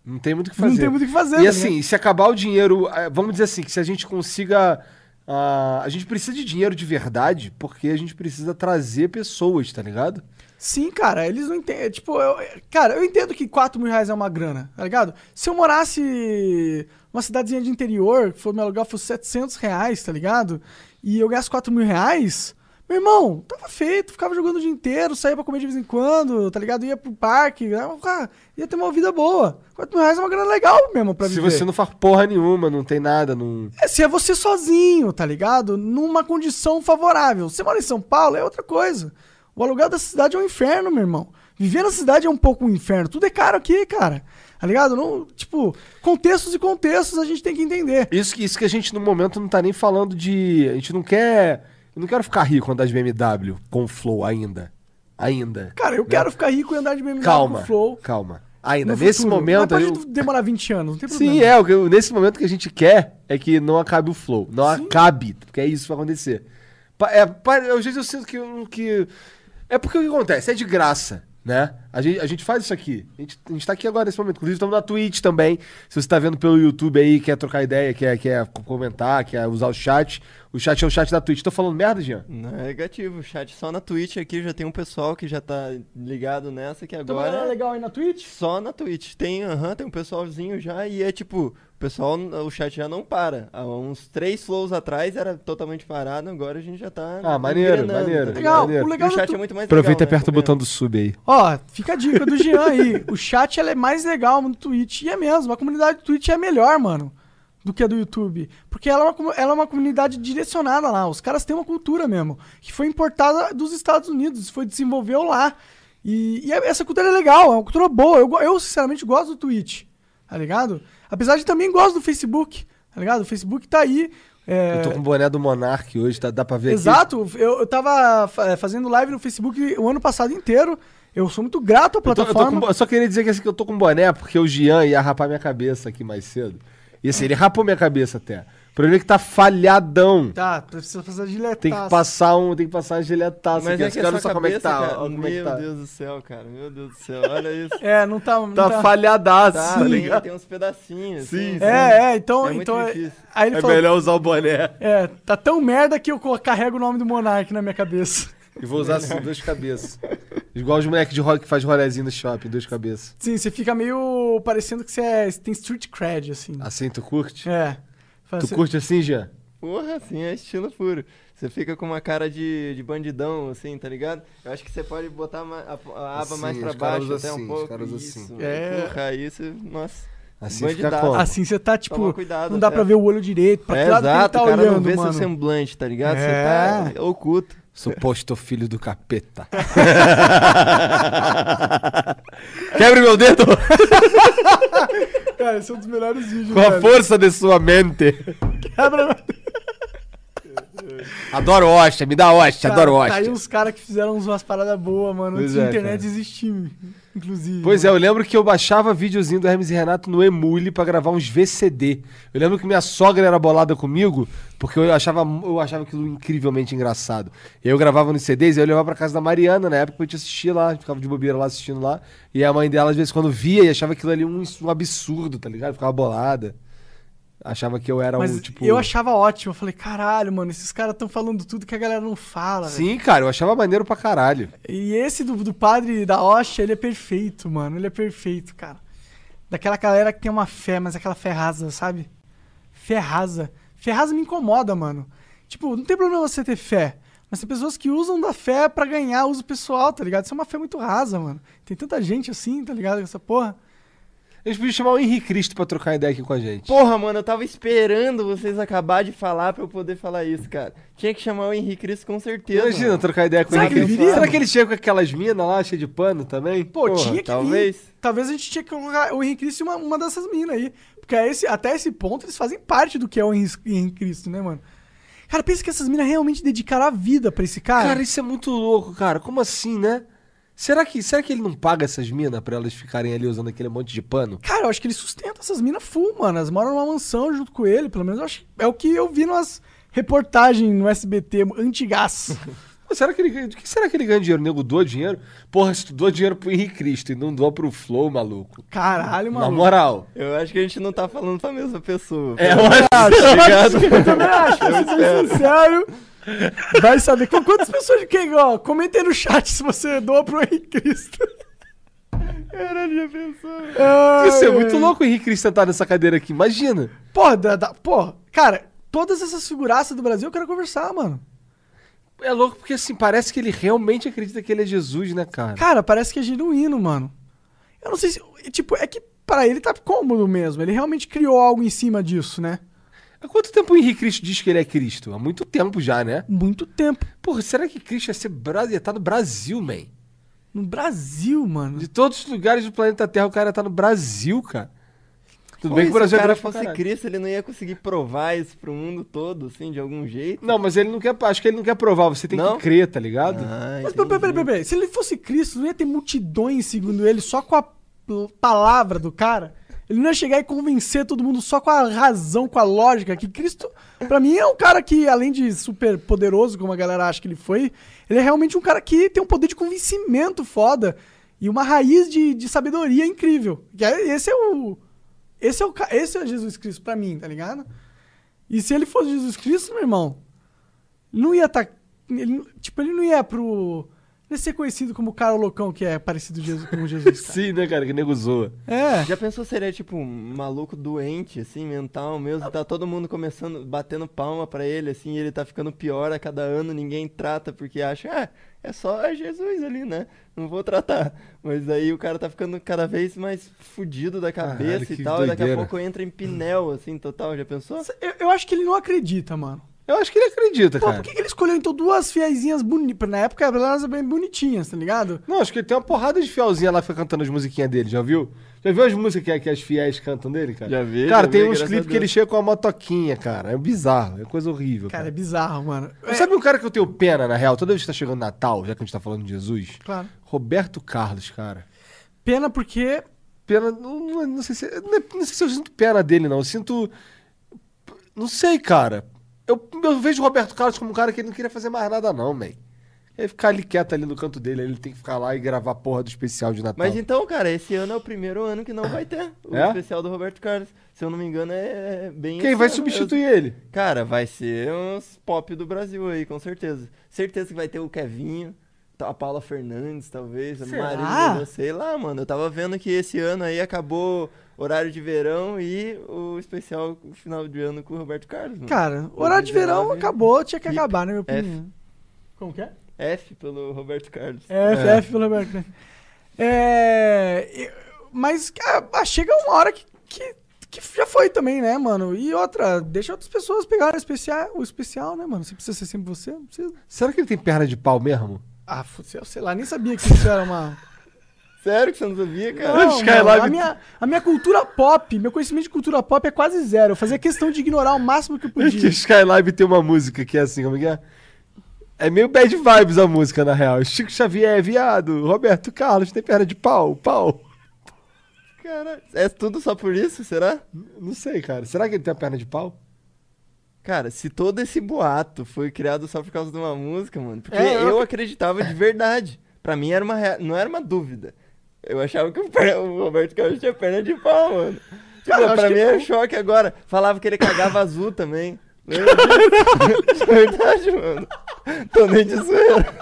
S2: Não tem muito o que
S3: Não
S2: fazer.
S3: tem muito o que fazer,
S2: E
S3: tá
S2: é, assim, se acabar o dinheiro, eh, vamos dizer assim, que se a gente consiga ah, a gente precisa de dinheiro de verdade porque a gente precisa trazer pessoas, tá ligado?
S3: Sim, cara, eles não entendem. Tipo, eu, cara, eu entendo que 4 mil reais é uma grana, tá ligado? Se eu morasse numa cidadezinha de interior, for meu aluguel fosse 700 reais, tá ligado? E eu gasto 4 mil reais, meu irmão, tava feito, ficava jogando o dia inteiro, saía pra comer de vez em quando, tá ligado? Ia pro parque, né? Ah, ia ter uma vida boa. 4 mil reais é uma grana legal mesmo pra
S2: Se
S3: viver.
S2: você não faz porra nenhuma, não tem nada, não.
S3: É, se é você sozinho, tá ligado? Numa condição favorável. Você mora em São Paulo, é outra coisa. O aluguel da cidade é um inferno, meu irmão. Viver na cidade é um pouco um inferno. Tudo é caro aqui, cara. Tá ligado? Não, tipo, contextos e contextos a gente tem que entender.
S2: Isso que, isso que a gente no momento não tá nem falando de. A gente não quer. Eu não quero ficar rico andar de BMW com Flow ainda. Ainda.
S3: Cara, eu quero ficar rico e andar de BMW
S2: Né? Calma.
S3: com flow.
S2: Calma. Ainda.
S3: no
S2: Nesse
S3: futuro.
S2: momento.
S3: Mas
S2: eu-
S3: pode demorar 20 anos, não tem problema.
S2: Sim, é. o que eu- Nesse momento que a gente quer é que não acabe o flow. Não acabe, porque é isso que vai acontecer. Pa- É, pa- às vezes eu sinto que, eu- que. É porque o que acontece? É de graça, né? A gente, a gente faz isso aqui. A gente, a gente tá aqui agora nesse momento. Inclusive, estamos na Twitch também. Se você tá vendo pelo YouTube aí, quer trocar ideia, quer, quer comentar, quer usar o chat. O chat é o chat da Twitch. Tô falando merda, Jean?
S1: Não, é negativo, chat. Só na Twitch aqui já tem um pessoal que já tá ligado nessa que
S3: Então, é
S1: agora.
S3: legal aí na Twitch?
S1: Só na Twitch. Tem, aham, tem um pessoalzinho já e é tipo, o pessoal, o chat já não para. Há uns três flows atrás era totalmente parado, agora a gente já tá.
S2: Ah, maneiro,
S1: engrenando,
S2: maneiro.
S1: ligado?
S3: é Legal,
S2: Maneiro.
S3: o
S1: E
S3: legal
S1: o
S3: da
S1: chat
S3: tu-
S1: é muito mais
S2: Aproveita e
S1: legal, né,
S2: aperta o
S1: comendo.
S2: botão do sub aí.
S3: Ó, fica a dica do Jean aí. O chat ela é mais legal no Twitch. E é mesmo. A comunidade do Twitch é melhor, mano. Do que a do YouTube. Porque ela é, uma, comu- ela é uma comunidade direcionada lá. Os caras têm uma cultura mesmo. Que foi importada dos Estados Unidos. Foi desenvolveu lá. E, e é- essa cultura é legal. É uma cultura boa. Eu, go- eu, sinceramente, gosto do Twitch. Tá ligado? Apesar de também gosto do Facebook. Tá ligado? O Facebook tá aí. é,
S2: Eu tô com o boné do Monark hoje, tá, dá pra ver aqui.
S3: Exato, eu, eu tava fa- eh, fazendo live no Facebook o ano passado inteiro. Eu sou muito grato à
S2: Eu, tô- eu tô
S3: plataforma.
S2: com bo- eu só queria dizer que, assim, que eu tô com boné porque o Jean ia rapar minha cabeça aqui mais cedo. E assim, ele rapou minha cabeça até. O problema é que tá falhadão.
S3: Tá, precisa fazer diletaço.
S2: Tem que passar um, tem que passar uma geletaça
S1: Mas
S2: aqui.
S1: é
S2: assim,
S1: que
S2: olha
S1: essa
S2: só
S1: cabeça,
S2: como é que tá.
S1: cara,
S2: ó, como é que
S1: meu
S2: tá.
S1: Deus do céu, cara. Meu Deus do céu, olha isso.
S3: É, não tá. Não
S2: tá
S3: tá
S2: falhadaço,
S1: Tá,
S2: tá
S1: tem,
S2: ligado?
S1: tem uns pedacinhos.
S2: Sim,
S1: assim.
S2: sim.
S3: É, é, então.
S1: É muito
S3: então é-
S1: difícil.
S3: aí ele
S2: É
S3: falou:
S2: melhor usar o boné.
S3: É, tá tão merda que eu co- carrego o nome do Monark na minha cabeça.
S2: E vou usar assim, duas cabeças. Igual os moleques de rock que faz rolezinho no shopping, duas cabeças.
S3: Sim, você fica meio parecendo que você, é- você tem street cred, assim.
S2: Assim, tu curte?
S3: É. Fala
S2: Tu
S3: assim,
S2: curte assim, Jean?
S1: Porra, assim, é estilo puro. Você fica com uma cara de, de bandidão, assim, tá ligado? Eu acho que você pode botar ma- a, a aba
S2: Assim,
S1: mais pra
S2: os caras
S1: baixo até
S2: usam assim,
S1: um
S2: os
S1: pouco.
S2: caras usam
S1: isso,
S2: assim.
S1: mano.
S3: É.
S1: Porra, aí você, nossa.
S2: Assim fica
S1: Bandidaço.
S2: como?
S3: assim, você tá tipo.
S1: Toma cuidado,
S3: não dá
S1: é.
S3: pra ver o olho direito, pra
S1: É,
S3: que lado que ele
S1: exato,
S3: tá
S1: o cara
S3: olhando,
S1: não vê
S3: mano.
S1: seu semblante, tá ligado? Você
S3: É.
S1: tá oculto.
S2: Suposto filho do capeta. Quebre meu dedo
S3: Cara, esse é um dos melhores vídeos.
S2: com a
S3: velho. É
S2: força de sua mente. Adoro hoste, me dá hoste,
S3: Cara,
S2: adoro
S3: Tá aí
S2: hoste.
S3: uns caras que fizeram umas paradas boas, mano.
S2: Pois
S3: antes de
S2: é,
S3: internet
S2: cara.
S3: existir, inclusive. né?
S2: Pois é,
S3: mano.
S2: eu lembro que eu baixava videozinho do Hermes e Renato no Emule pra gravar uns VCD. Eu lembro que minha sogra era bolada comigo, porque eu achava, eu achava aquilo incrivelmente engraçado. Eu gravava nos CDs e eu levava pra casa da Mariana, na época pra gente assistir lá, a gente ficava de bobeira lá assistindo lá. E a mãe dela, às vezes, quando via e achava aquilo ali um, um absurdo, tá ligado? Ficava bolada. Achava que eu era
S3: Mas
S2: um, tipo...
S3: eu achava ótimo. Eu falei, caralho, mano, esses caras estão falando tudo que a galera não fala, velho.
S2: Sim, cara, eu achava maneiro pra caralho.
S3: E esse do, do padre da Osha, ele é perfeito, mano. Ele é perfeito, cara. Daquela galera que tem uma fé, mas aquela fé rasa, sabe? Fé rasa. Fé rasa me incomoda, mano. Tipo, não tem problema você ter fé. Mas tem pessoas que usam da fé pra ganhar uso pessoal, tá ligado? Isso é uma fé muito rasa, mano. Tem tanta gente assim, tá ligado? Com essa porra.
S2: Eles podiam chamar o Henrique Cristo pra trocar ideia aqui com a gente.
S1: Porra, mano, eu tava esperando vocês acabar de falar pra eu poder falar isso, cara. Tinha que chamar o Henrique Cristo com certeza.
S2: Imagina
S1: mano.
S2: trocar ideia com
S3: Será
S2: ele.
S3: que ele viria?
S2: Será que ele chega com aquelas minas lá, cheia de pano também?
S3: Pô, tinha que
S1: talvez.
S3: vir. Talvez a gente tinha que colocar o Henrique Cristo e uma, uma dessas minas aí. Porque a esse- até esse ponto eles fazem parte do que é o Henrique Henrique Cristo, né, mano? Cara, pensa que essas minas realmente dedicaram a vida pra esse cara.
S2: Cara, isso é muito louco, cara. Como assim, né? Será que, será que ele não paga essas minas pra elas ficarem ali usando aquele monte de pano?
S3: Cara, eu acho que ele sustenta essas minas full, mano. Elas moram numa mansão junto com ele, pelo menos eu acho. É o que eu vi nas reportagens no SBT antigas.
S2: Pô, será que ele ganha? Do que será que ele ganha dinheiro? O nego doa dinheiro? Porra, se tu doa dinheiro pro Henrique Cristo e não doa pro Flow, maluco.
S3: Caralho,
S2: Na
S3: mano.
S2: moral.
S1: Eu acho que a gente não tá falando pra mesma pessoa.
S2: É, olha,
S3: tá
S1: Obrigado.
S3: Eu também acho, pra ser bem sincero. Vai saber com quantas pessoas de quem, ó. Comenta aí no chat se você doa pro Henrique Cristo. Caralho, já pensou?
S2: isso é muito louco o Henrique Cristo sentar nessa cadeira aqui, imagina.
S3: Porra, da, da- porra, cara, todas essas figuraças do Brasil eu quero conversar, mano.
S2: É louco porque assim, parece que ele realmente acredita que ele é Jesus, né, cara?
S3: Cara, parece que é genuíno, mano. Eu não sei se. Tipo, é que pra ele tá cômodo mesmo. Ele realmente criou algo em cima disso, né?
S2: Há quanto tempo o Henrique Cristo diz que ele é Cristo? Há muito tempo já, né?
S3: Muito tempo.
S2: Porra, será que Cristo ia ser bra... ia tá no Brasil, man?
S3: No Brasil, mano.
S2: De todos os lugares do planeta Terra, o cara tá no Brasil, cara. Tudo bem que o
S1: se
S2: Brasil
S1: o
S2: é
S1: cara
S2: grande pra
S1: fosse
S2: caralho.
S1: Cristo, ele não ia conseguir provar isso pro mundo todo, assim, de algum jeito.
S2: Não, mas ele não quer. Acho que ele não quer provar, você tem
S1: Não?
S2: que crer, tá ligado?
S1: Ah,
S3: Mas peraí, peraí, peraí, peraí. Se ele fosse Cristo, não ia ter multidões segundo ele só com a p- palavra do cara? Ele não ia chegar e convencer todo mundo só com a razão, com a lógica. Que Cristo, pra mim, é um cara que, além de super poderoso, como a galera acha que ele foi, ele é realmente um cara que tem um poder de convencimento foda e uma raiz de, de sabedoria incrível. Que é- Esse é o. Esse é o. ca- Esse é Jesus Cristo pra mim, tá ligado? E se ele fosse Jesus Cristo, meu irmão, ele não ia estar. tipo, ele não ia pro. Ele ia ser conhecido como o cara loucão que é parecido Jesus, com Jesus. Cara.
S2: Sim, né, cara? Que nego zoa.
S3: é.
S1: Já pensou se ele é tipo um maluco doente, assim, mental mesmo? e Tá todo mundo começando, batendo palma pra ele, assim, e ele tá ficando pior a cada ano, ninguém trata porque acha, ah, é só Jesus ali, né? Não vou tratar. Mas aí o cara tá ficando cada vez mais fudido da
S2: Caralho,
S1: cabeça
S2: que
S1: e tal, e daqui a
S2: doideira.
S1: pouco entra em pinel, assim, total. Já pensou?
S3: Eu, eu acho que ele não acredita, mano.
S2: Eu acho que ele acredita,
S3: Pô,
S2: cara.
S3: por que, que ele escolheu então duas fiaizinhas bonitas? Na época elas eram bem bonitinhas, tá ligado?
S2: Não, acho que ele tem uma porrada de fielzinha lá que fica cantando as musiquinhas dele, já viu? Já viu as músicas que, que as fiéis cantam dele, cara?
S1: Já vi,
S2: Cara,
S1: já
S2: tem
S1: vi,
S2: uns
S1: graças
S2: clipes
S1: a
S2: que ele
S1: Deus.
S2: chega com uma motoquinha, cara. É bizarro, é coisa horrível.
S3: Cara, é
S2: Cara,
S3: bizarro, mano. É,
S2: Sabe um cara que eu tenho pena, na real? Toda vez que tá chegando Natal, já que a gente tá falando de Jesus?
S3: Claro.
S2: Roberto Carlos, cara.
S3: Pena porque.
S2: Pena. Não, não- não sei se, não, é- não sei se eu sinto pena dele, não. Eu sinto. Não sei, cara. Eu, eu vejo o Roberto Carlos como um cara que ele não queria fazer mais nada, não, man. Ele ficar ali quieto ali no canto dele, ele tem que ficar lá e gravar a porra do especial de Natal.
S1: Mas então, cara, esse ano é o primeiro ano que não vai ter o
S2: É?
S1: especial do Roberto Carlos. Se eu não me engano, é é bem.
S2: Quem
S1: esse
S2: vai
S1: ano mesmo.
S2: substituir ele?
S1: Cara, vai ser uns pop do Brasil aí, com certeza. Certeza que vai ter o Kevinho, tá- a Paula Fernandes, talvez, a
S3: Será?
S1: Marina, Mendonça, sei lá, mano. Eu tava vendo que esse ano aí acabou horário de verão e o especial final de ano com o Roberto Carlos, mano.
S3: Cara, o horário de verão
S1: 19,
S3: acabou, tinha que
S1: hip,
S3: acabar, né, na minha
S1: F.
S3: opinião. Como que é?
S1: F pelo Roberto Carlos.
S3: É, FF pelo Roberto. Carlos. É, e- mas ah, ah, chega uma hora que, que, que já foi também, né, mano? E outra, deixa outras pessoas pegarem o especial, o especial né, mano? Você precisa ser sempre você? Não precisa.
S2: Será que ele tem perna de pau mesmo?
S3: Ah, foda-se, eu sei lá, nem sabia que isso era uma.
S1: Sério que você não sabia, cara?
S3: Não,
S2: Skylab-
S3: mano, a, minha, a minha cultura pop, meu conhecimento de cultura pop é quase zero. Eu fazia questão de ignorar o máximo que eu
S2: Que
S3: podia.
S2: Skylab tem uma música que é assim, como é que é? É meio bad vibes a música, na real. Chico Xavier é viado, Roberto Carlos tem perna de pau, pau.
S1: Cara, é tudo só por isso, será?
S2: Não sei, cara. Será que ele tem a perna de pau?
S1: Cara, se todo esse boato foi criado só por causa de uma música, mano, porque
S2: É, eu
S1: eu, acreditava de verdade. Pra mim era uma rea- não era uma dúvida. Eu achava que o, per- o Roberto Carlos tinha perna de pau, mano. Tipo,
S3: Cara, Ah, eu acho
S1: pra
S3: que
S1: mim é
S3: não.
S1: choque agora. Falava que ele cagava azul também. Lembra disso? verdade, mano. Tô nem de zoeira.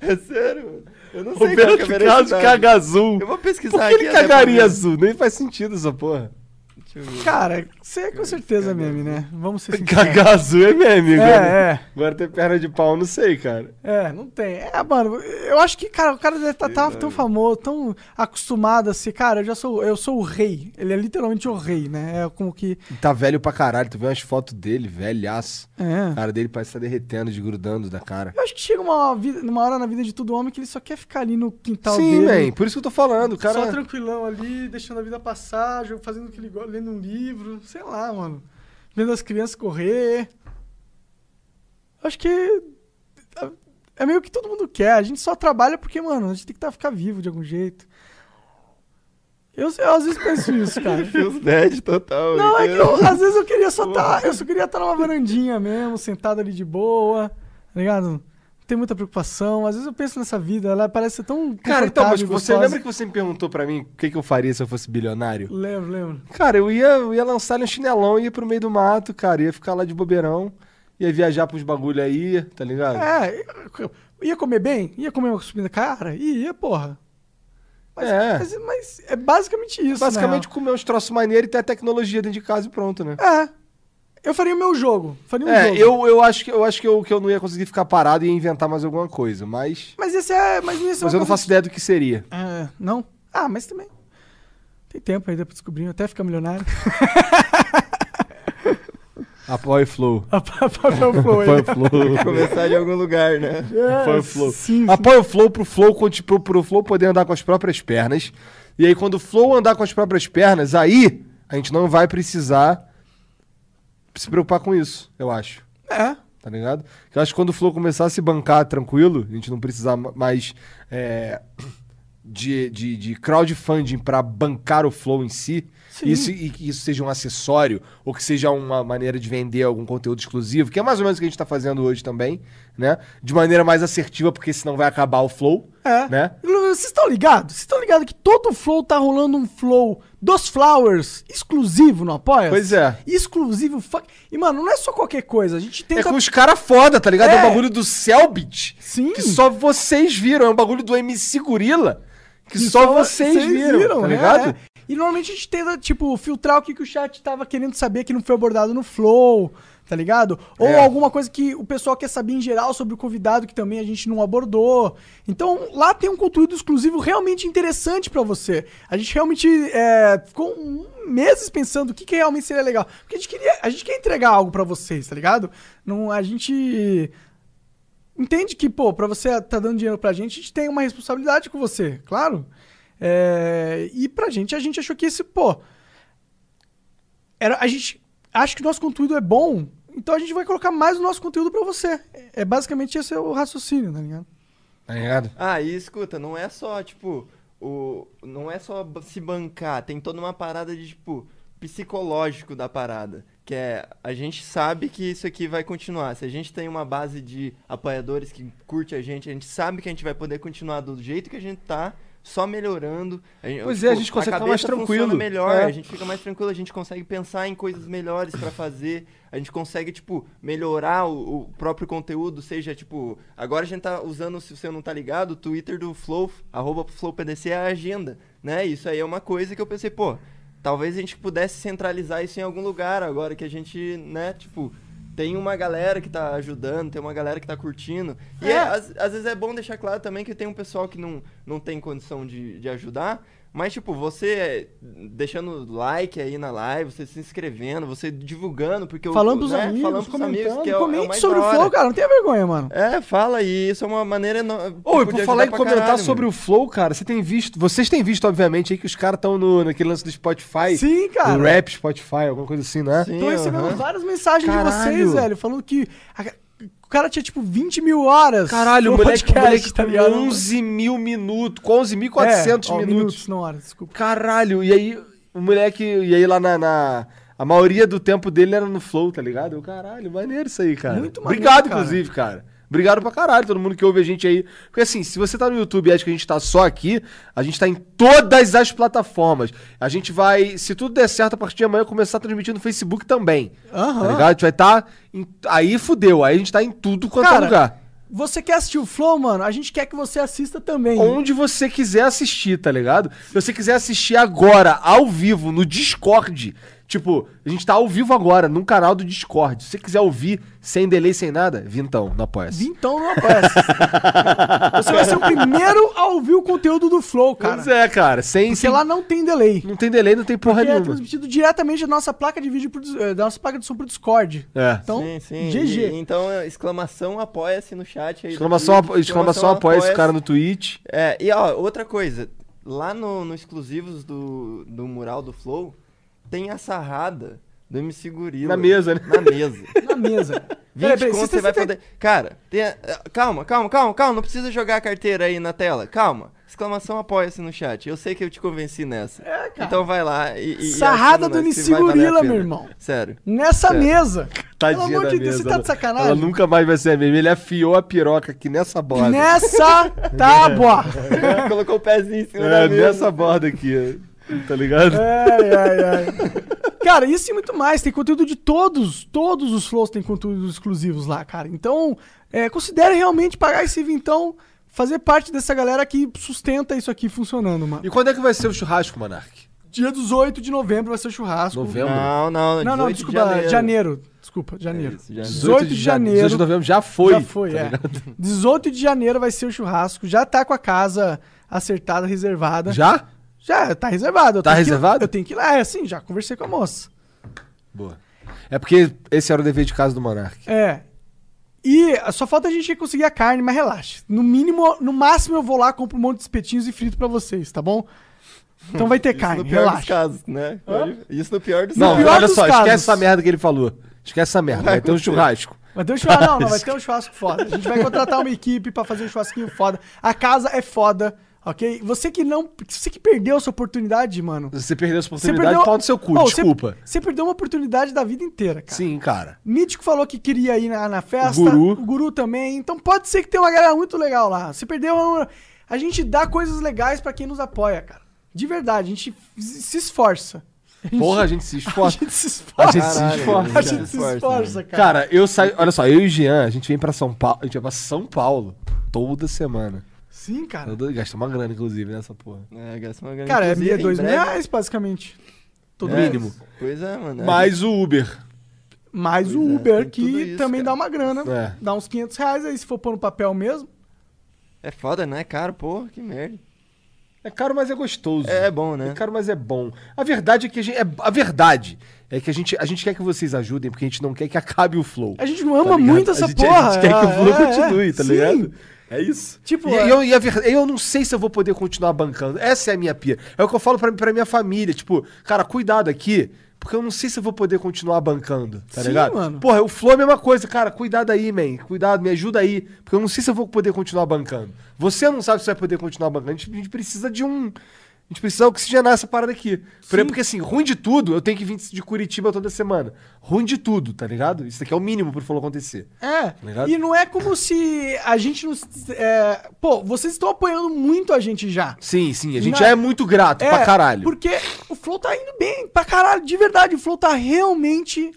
S1: É sério, mano. Eu não sei qual que é a
S2: Roberto Carlos
S1: veracidade.
S2: caga azul.
S1: Eu vou pesquisar
S2: Por
S1: aqui
S2: que ele
S1: até pra
S2: cagaria
S1: ver.
S2: azul? Nem faz sentido essa porra.
S1: Deixa eu ver.
S3: Cara, você é com certeza meme, né? Vamos ser sinceros.
S2: Cagar azul é meme,
S3: É, é.
S2: Agora tem perna de pau, não sei, cara.
S3: É, não tem. É, mano, eu acho que, cara, o cara deve tá, tá tão famoso, tão acostumado a ser, cara, eu já sou, eu sou o rei. Ele é literalmente o rei, né? É como que.
S2: E Tá velho pra caralho, tu vê umas fotos dele, velhaço.
S3: É.
S2: A cara dele parece estar derretendo, desgrudando da cara.
S3: Eu acho que chega uma, vida, uma hora na vida de todo homem que ele só quer ficar ali no quintal
S2: Sim,
S3: dele.
S2: man, por isso que eu tô falando, o cara.
S3: Tá Só tranquilão ali, deixando a vida passar, jo- fazendo o que ele gosta, lendo um livro, sei lá, mano. Vendo as crianças correr. Acho que. É meio que todo mundo quer. A gente só trabalha porque, mano, a gente tem que tá, ficar vivo de algum jeito. Eu, eu às vezes penso isso, cara.
S1: Feels dead total.
S3: Não, é que
S1: entendeu?
S3: tá, eu, às vezes eu queria só estar. eu só queria estar numa varandinha mesmo, sentado ali de boa, tá ligado? Não tem muita preocupação. Às vezes eu penso nessa vida, ela parece ser tão
S2: Cara, então, mas
S3: confortável,
S2: você
S3: gostosa.
S2: lembra que você me perguntou pra mim o que, que eu faria se eu fosse bilionário?
S3: Lembro, lembro.
S2: Cara, eu ia, eu ia lançar ele um chinelão, ia pro meio do mato, cara, ia ficar lá de bobeirão, ia viajar pros bagulho aí, tá ligado?
S3: É, ia comer bem? Ia comer uma comida cara? Ia, porra. Mas
S2: É.
S3: é, mas, mas é basicamente isso, na
S2: Basicamente comer uns troços maneiros e ter a tecnologia dentro de casa e pronto, né?
S3: real. É. Eu faria o meu jogo. Faria um
S2: É,
S3: jogo.
S2: eu, eu acho, que, eu, acho que, eu, que eu não ia conseguir ficar parado e ia inventar mais alguma coisa, mas.
S3: Mas esse é. Mas, esse é
S2: Mas
S3: uma
S2: eu não
S3: coisa-
S2: faço ideia do que seria.
S3: É, não? Ah, mas também. Tem tempo ainda pra descobrir, até ficar milionário.
S2: Apoio Flow.
S3: Papel Flow aí.
S2: Apoio Flow.
S1: Começar de algum lugar, né?
S2: Apoia o Flow.
S3: É, Sim, sim.
S2: Apoia o Flow pro Flow, conti- pro, pro Flow poder andar com as próprias pernas. E aí, quando o Flow andar com as próprias pernas, aí a gente não vai precisar se preocupar com isso, eu acho.
S3: É.
S2: Tá ligado? Eu acho que quando o Flow começar a se bancar tranquilo, a gente não precisar ma- mais é, de, de, de crowdfunding pra bancar o Flow em si,
S3: Sim.
S2: isso, e que isso seja um acessório, ou que seja uma maneira de vender algum conteúdo exclusivo, que é mais ou menos o que a gente tá fazendo hoje também, né? De maneira mais assertiva, porque senão vai acabar o Flow,
S3: É.
S2: né?
S3: Vocês estão ligados? Vocês estão ligados que todo flow tá rolando um flow dos Flowers exclusivo no Apoia?
S2: Pois é.
S3: Exclusivo. Fuck. E, mano, não é só qualquer coisa. A gente tenta.
S2: É com os caras foda, tá ligado? É.
S3: É.
S2: o bagulho do Selbit.
S3: Sim.
S2: Que só vocês viram. É um bagulho do MC Gorila. Que,
S3: que
S2: só, vocês, viram, tá
S3: né?
S2: ligado?
S3: Então, É. E normalmente a gente tenta, tipo, filtrar o que, que o chat tava querendo saber que não foi abordado no flow, tá ligado? Ou
S2: É.
S3: alguma coisa que o pessoal quer saber em geral sobre o convidado que também a gente não abordou. Então lá tem um conteúdo exclusivo realmente interessante pra você. A gente realmente é, ficou um- meses pensando o que, que realmente seria legal. Porque a gente queria, a gente quer entregar algo pra vocês, tá ligado? Não, a gente entende que, pô, pra você tá dando dinheiro pra gente, a gente tem uma responsabilidade com você, claro. É, e pra gente, a gente achou que esse, pô. Era, a gente acha que o nosso conteúdo é bom, então a gente vai colocar mais o nosso conteúdo pra você. É basicamente esse é o raciocínio, tá ligado?
S2: Tá ligado?
S1: Ah, e escuta, não é só, tipo, o. Não é só ba- se bancar, tem toda uma parada de, tipo, psicológico da parada. Que é, a gente sabe que isso aqui vai continuar. Se a gente tem uma base de apoiadores que curte a gente, a gente sabe que a gente vai poder continuar do jeito que a gente tá, só melhorando. A gen-
S2: Pois é, a gente consegue ficar mais
S1: cabeça funciona
S2: tranquilo.
S1: melhor,
S2: É.
S1: a gente fica mais tranquilo, a gente consegue pensar em coisas melhores pra fazer, a gente consegue, tipo, melhorar o, o próprio conteúdo, seja, tipo, agora a gente tá usando, se você não tá ligado, o Twitter do Flow, arroba FlowPDC é a agenda, né? Isso aí é uma coisa que eu pensei, pô, talvez a gente pudesse centralizar isso em algum lugar agora que a gente, né, tipo... Tem uma galera que tá ajudando, tem uma galera que tá curtindo. E é, às, às vezes é bom deixar claro também que tem um pessoal que não, não tem condição de, de ajudar, mas, tipo, você é, deixando like aí na live, você se inscrevendo, você divulgando, porque o-
S3: Falando pros
S1: né,
S3: amigos,
S1: falando pros amigos,
S3: comentando.
S1: que é, o- é o
S3: comente
S1: mais
S3: sobre
S1: da
S3: o
S1: hora.
S3: flow, cara. Não tenha vergonha, mano.
S1: É, fala, e isso é uma maneira. No...
S2: Ô, e por falar e comentar sobre o Flow, cara, você tem visto. Vocês têm visto, obviamente, aí que os caras estão naquele lance do Spotify.
S3: Sim, cara.
S2: Do rap Spotify, alguma coisa assim, né?
S1: Sim,
S3: Tô recebendo
S1: aham.
S3: várias mensagens
S2: Caralho.
S3: de vocês, velho, falando que a- o cara tinha, tipo, 20 mil horas.
S2: Caralho, o
S3: no
S2: moleque,
S3: podcast,
S2: moleque
S3: tá
S2: com
S3: ligado?
S2: 11 mil minutos, com 11.400
S3: É, ó,
S2: minutos.
S3: não horas, desculpa.
S2: Caralho, e aí o moleque, e aí lá na, na- A maioria do tempo dele era no flow, tá ligado? Eu, caralho, maneiro isso aí, cara.
S3: Muito maneiro,
S2: Obrigado,
S3: cara.
S2: inclusive, cara. Obrigado pra caralho, todo mundo que ouve a gente aí. Porque assim, se você tá no YouTube e acha que a gente tá só aqui, a gente tá em todas as plataformas. A gente vai, se tudo der certo, a partir de amanhã começar a transmitir no Facebook também.
S3: Aham.
S2: Tá ligado? A gente vai tá. em- aí fudeu, aí a gente tá em tudo quanto é
S3: Cara,
S2: lugar.
S3: Você quer assistir o Flow, mano? A gente quer que você assista também.
S2: onde você quiser assistir, tá ligado? Se você quiser assistir agora, ao vivo, no Discord, tipo, a gente tá ao vivo agora, num canal do Discord. Se você quiser ouvir, sem delay, sem nada, vintão, não apoia-se.
S3: Vintão não aparece. você vai ser o primeiro a ouvir o conteúdo do Flow, cara.
S2: Pois é, cara, sem...
S3: Porque
S2: sem
S3: lá não tem delay.
S2: Não tem delay, não tem porra
S3: Porque é
S2: nenhuma.
S3: transmitido diretamente da nossa placa de vídeo pro dis- eh, da nossa placa de som pro Discord.
S2: É.
S3: Então,
S1: Sim, sim.
S3: GG.
S1: E- então, é, exclamação apoia-se no chat aí. do
S2: Exclamação,
S1: Twitch,
S2: apo- exclamação apoia esse cara no Twitch.
S1: É, e ó, outra coisa, lá no, no exclusivos do, do mural do Flow, tem a sarrada do MC Gorila.
S2: Na mesa, né?
S1: Na mesa.
S3: Na mesa.
S1: 20
S3: Peraí, tá peraí,
S1: conto você vai
S3: tem-
S1: é, poder. Cara, tem a- calma, calma, calma, calma. Não precisa jogar a carteira aí na tela. Calma. exclamação apoia-se no chat. Eu sei que eu te convenci nessa.
S3: É, cara.
S1: Então vai lá e. e- e
S3: Sarrada
S1: assina
S3: do
S1: nós, que vai valer a
S3: Nissigurila,
S1: pena.
S3: meu irmão.
S1: Sério.
S3: Nessa
S1: Sério.
S3: mesa.
S2: É. Tadinha
S3: Pelo amor
S2: da
S3: de Deus,
S2: mesa,
S3: você tá
S2: ela-
S3: de sacanagem.
S2: Ela nunca mais vai ser a mesma. Ele afiou a piroca aqui nessa borda.
S3: Nessa tábua.
S1: Colocou o pezinho em cima
S2: É,
S1: da mesa.
S2: nessa borda aqui, ó. tá ligado?
S3: Ai, ai, ai. Cara, isso e assim, muito mais. Tem conteúdo de todos. Todos os flows têm conteúdos exclusivos lá, cara. Então, é, considere realmente pagar esse vintão, fazer parte dessa galera que sustenta isso aqui funcionando, mano.
S2: E quando é que vai ser o churrasco, Monark?
S3: Dia 18 de novembro vai ser o churrasco.
S2: Novembro?
S1: Não, não,
S3: Não, não,
S1: 18 de
S3: desculpa. Janeiro. Desculpa, janeiro. 18 de janeiro.
S2: 18 de novembro já foi. Tá
S3: Já foi, é. 18 de janeiro vai ser o churrasco. Já tá com a casa acertada, reservada.
S2: Já?
S3: Já, tá reservado. Eu
S2: Tá
S3: tenho que-
S2: reservado?
S3: eu tenho que ir lá. É, sim, já conversei com a moça.
S2: Boa. É porque esse era o dever de casa do Monark.
S3: É. E só falta a gente conseguir a carne, mas relaxa. No mínimo, no máximo eu vou lá, compro um monte de espetinhos e frito pra vocês, tá bom? Então vai ter
S1: Isso no
S3: carne,
S1: pior dos
S3: relaxa.
S1: casos, né? Isso no pior dos
S2: Não,
S3: pior
S1: casos.
S2: olha
S3: dos
S2: só,
S3: casos.
S2: esquece essa merda que ele falou. Esquece essa merda, vai ter um churrasco.
S3: Vai ter um churrasco, não, não, vai ter um churrasco foda. A gente vai contratar uma equipe pra fazer um churrasquinho foda. A casa é foda, ok? Você que não, você que perdeu essa oportunidade, mano.
S2: Você perdeu essa oportunidade, pau no seu cu,
S3: Oh, você-
S2: desculpa.
S3: Você, perdeu uma oportunidade da vida inteira, cara.
S2: Sim, cara.
S3: Mítico falou que queria ir na, na festa.
S2: O Guru.
S3: também. Então pode ser que tenha uma galera muito legal lá. Se perdeu, é um- a gente dá coisas legais pra quem nos apoia, cara. De verdade, a gente se se esforça.
S2: Porra, a gente se
S3: A
S2: esforça.
S3: gente se
S2: A
S3: esforça.
S2: gente se esforça.
S3: A gente se esforça, cara.
S2: Cara, eu saio. Olha só, eu e o Jean, a gente vem pra São Paulo. A gente vai pra São Paulo toda semana.
S3: Sim, cara.
S2: Todo- Gasta uma grana, inclusive, nessa porra.
S1: É, gasta uma grana.
S3: Cara, é
S1: Inclusive,
S3: é
S1: em
S3: dois mil
S1: breve-
S3: reais, basicamente. Todo
S1: É,
S3: mínimo.
S1: Pois é, mano.
S2: Mais o Uber.
S3: Mais o
S1: Pois é,
S3: Uber,
S1: tem
S3: que
S1: tudo isso,
S3: também
S1: cara.
S3: dá uma grana.
S2: É.
S3: Dá uns 500 reais aí, se for pôr no papel mesmo.
S1: É foda, né? Caro, porra, que merda.
S2: É caro, mas é gostoso.
S1: É, é bom, né?
S2: É caro, mas é bom. A verdade é que a gente. É, a verdade é que a gente, a gente quer que vocês ajudem, porque a gente não quer que acabe o flow.
S3: A gente
S2: tá
S3: ama
S2: ligado?
S3: muito essa
S2: a gente,
S3: porra.
S2: A gente quer que o flow
S3: é, é,
S2: continue, tá
S3: sim.
S2: ligado? É isso.
S3: Tipo,
S2: e,
S3: é-
S2: e eu, e a ver- eu não sei se eu vou poder continuar bancando. Essa é a minha pia. É o que eu falo pra, pra minha família. Tipo, cara, cuidado aqui, porque eu não sei se eu vou poder continuar bancando, tá
S3: Sim,
S2: ligado?
S3: mano.
S2: Porra, o Flow é a mesma coisa. Cara, cuidado aí, man. Cuidado, me ajuda aí, porque eu não sei se eu vou poder continuar bancando. Você não sabe se vai poder continuar bancando. A gente, a gente precisa de um... A gente precisa oxigenar essa parada aqui. Por- Porque assim, ruim de tudo, eu tenho que vir de Curitiba toda semana. Ruim de tudo, tá ligado? Isso aqui é o mínimo pro Flow acontecer.
S3: É,
S2: Tá ligado?
S3: e não é como se a gente não. se- é, pô, vocês estão apoiando muito a gente já.
S2: Sim, sim, a gente
S3: Na-
S2: já é muito grato pra caralho.
S3: Porque o Flow tá indo bem, pra caralho, de verdade. O Flow tá realmente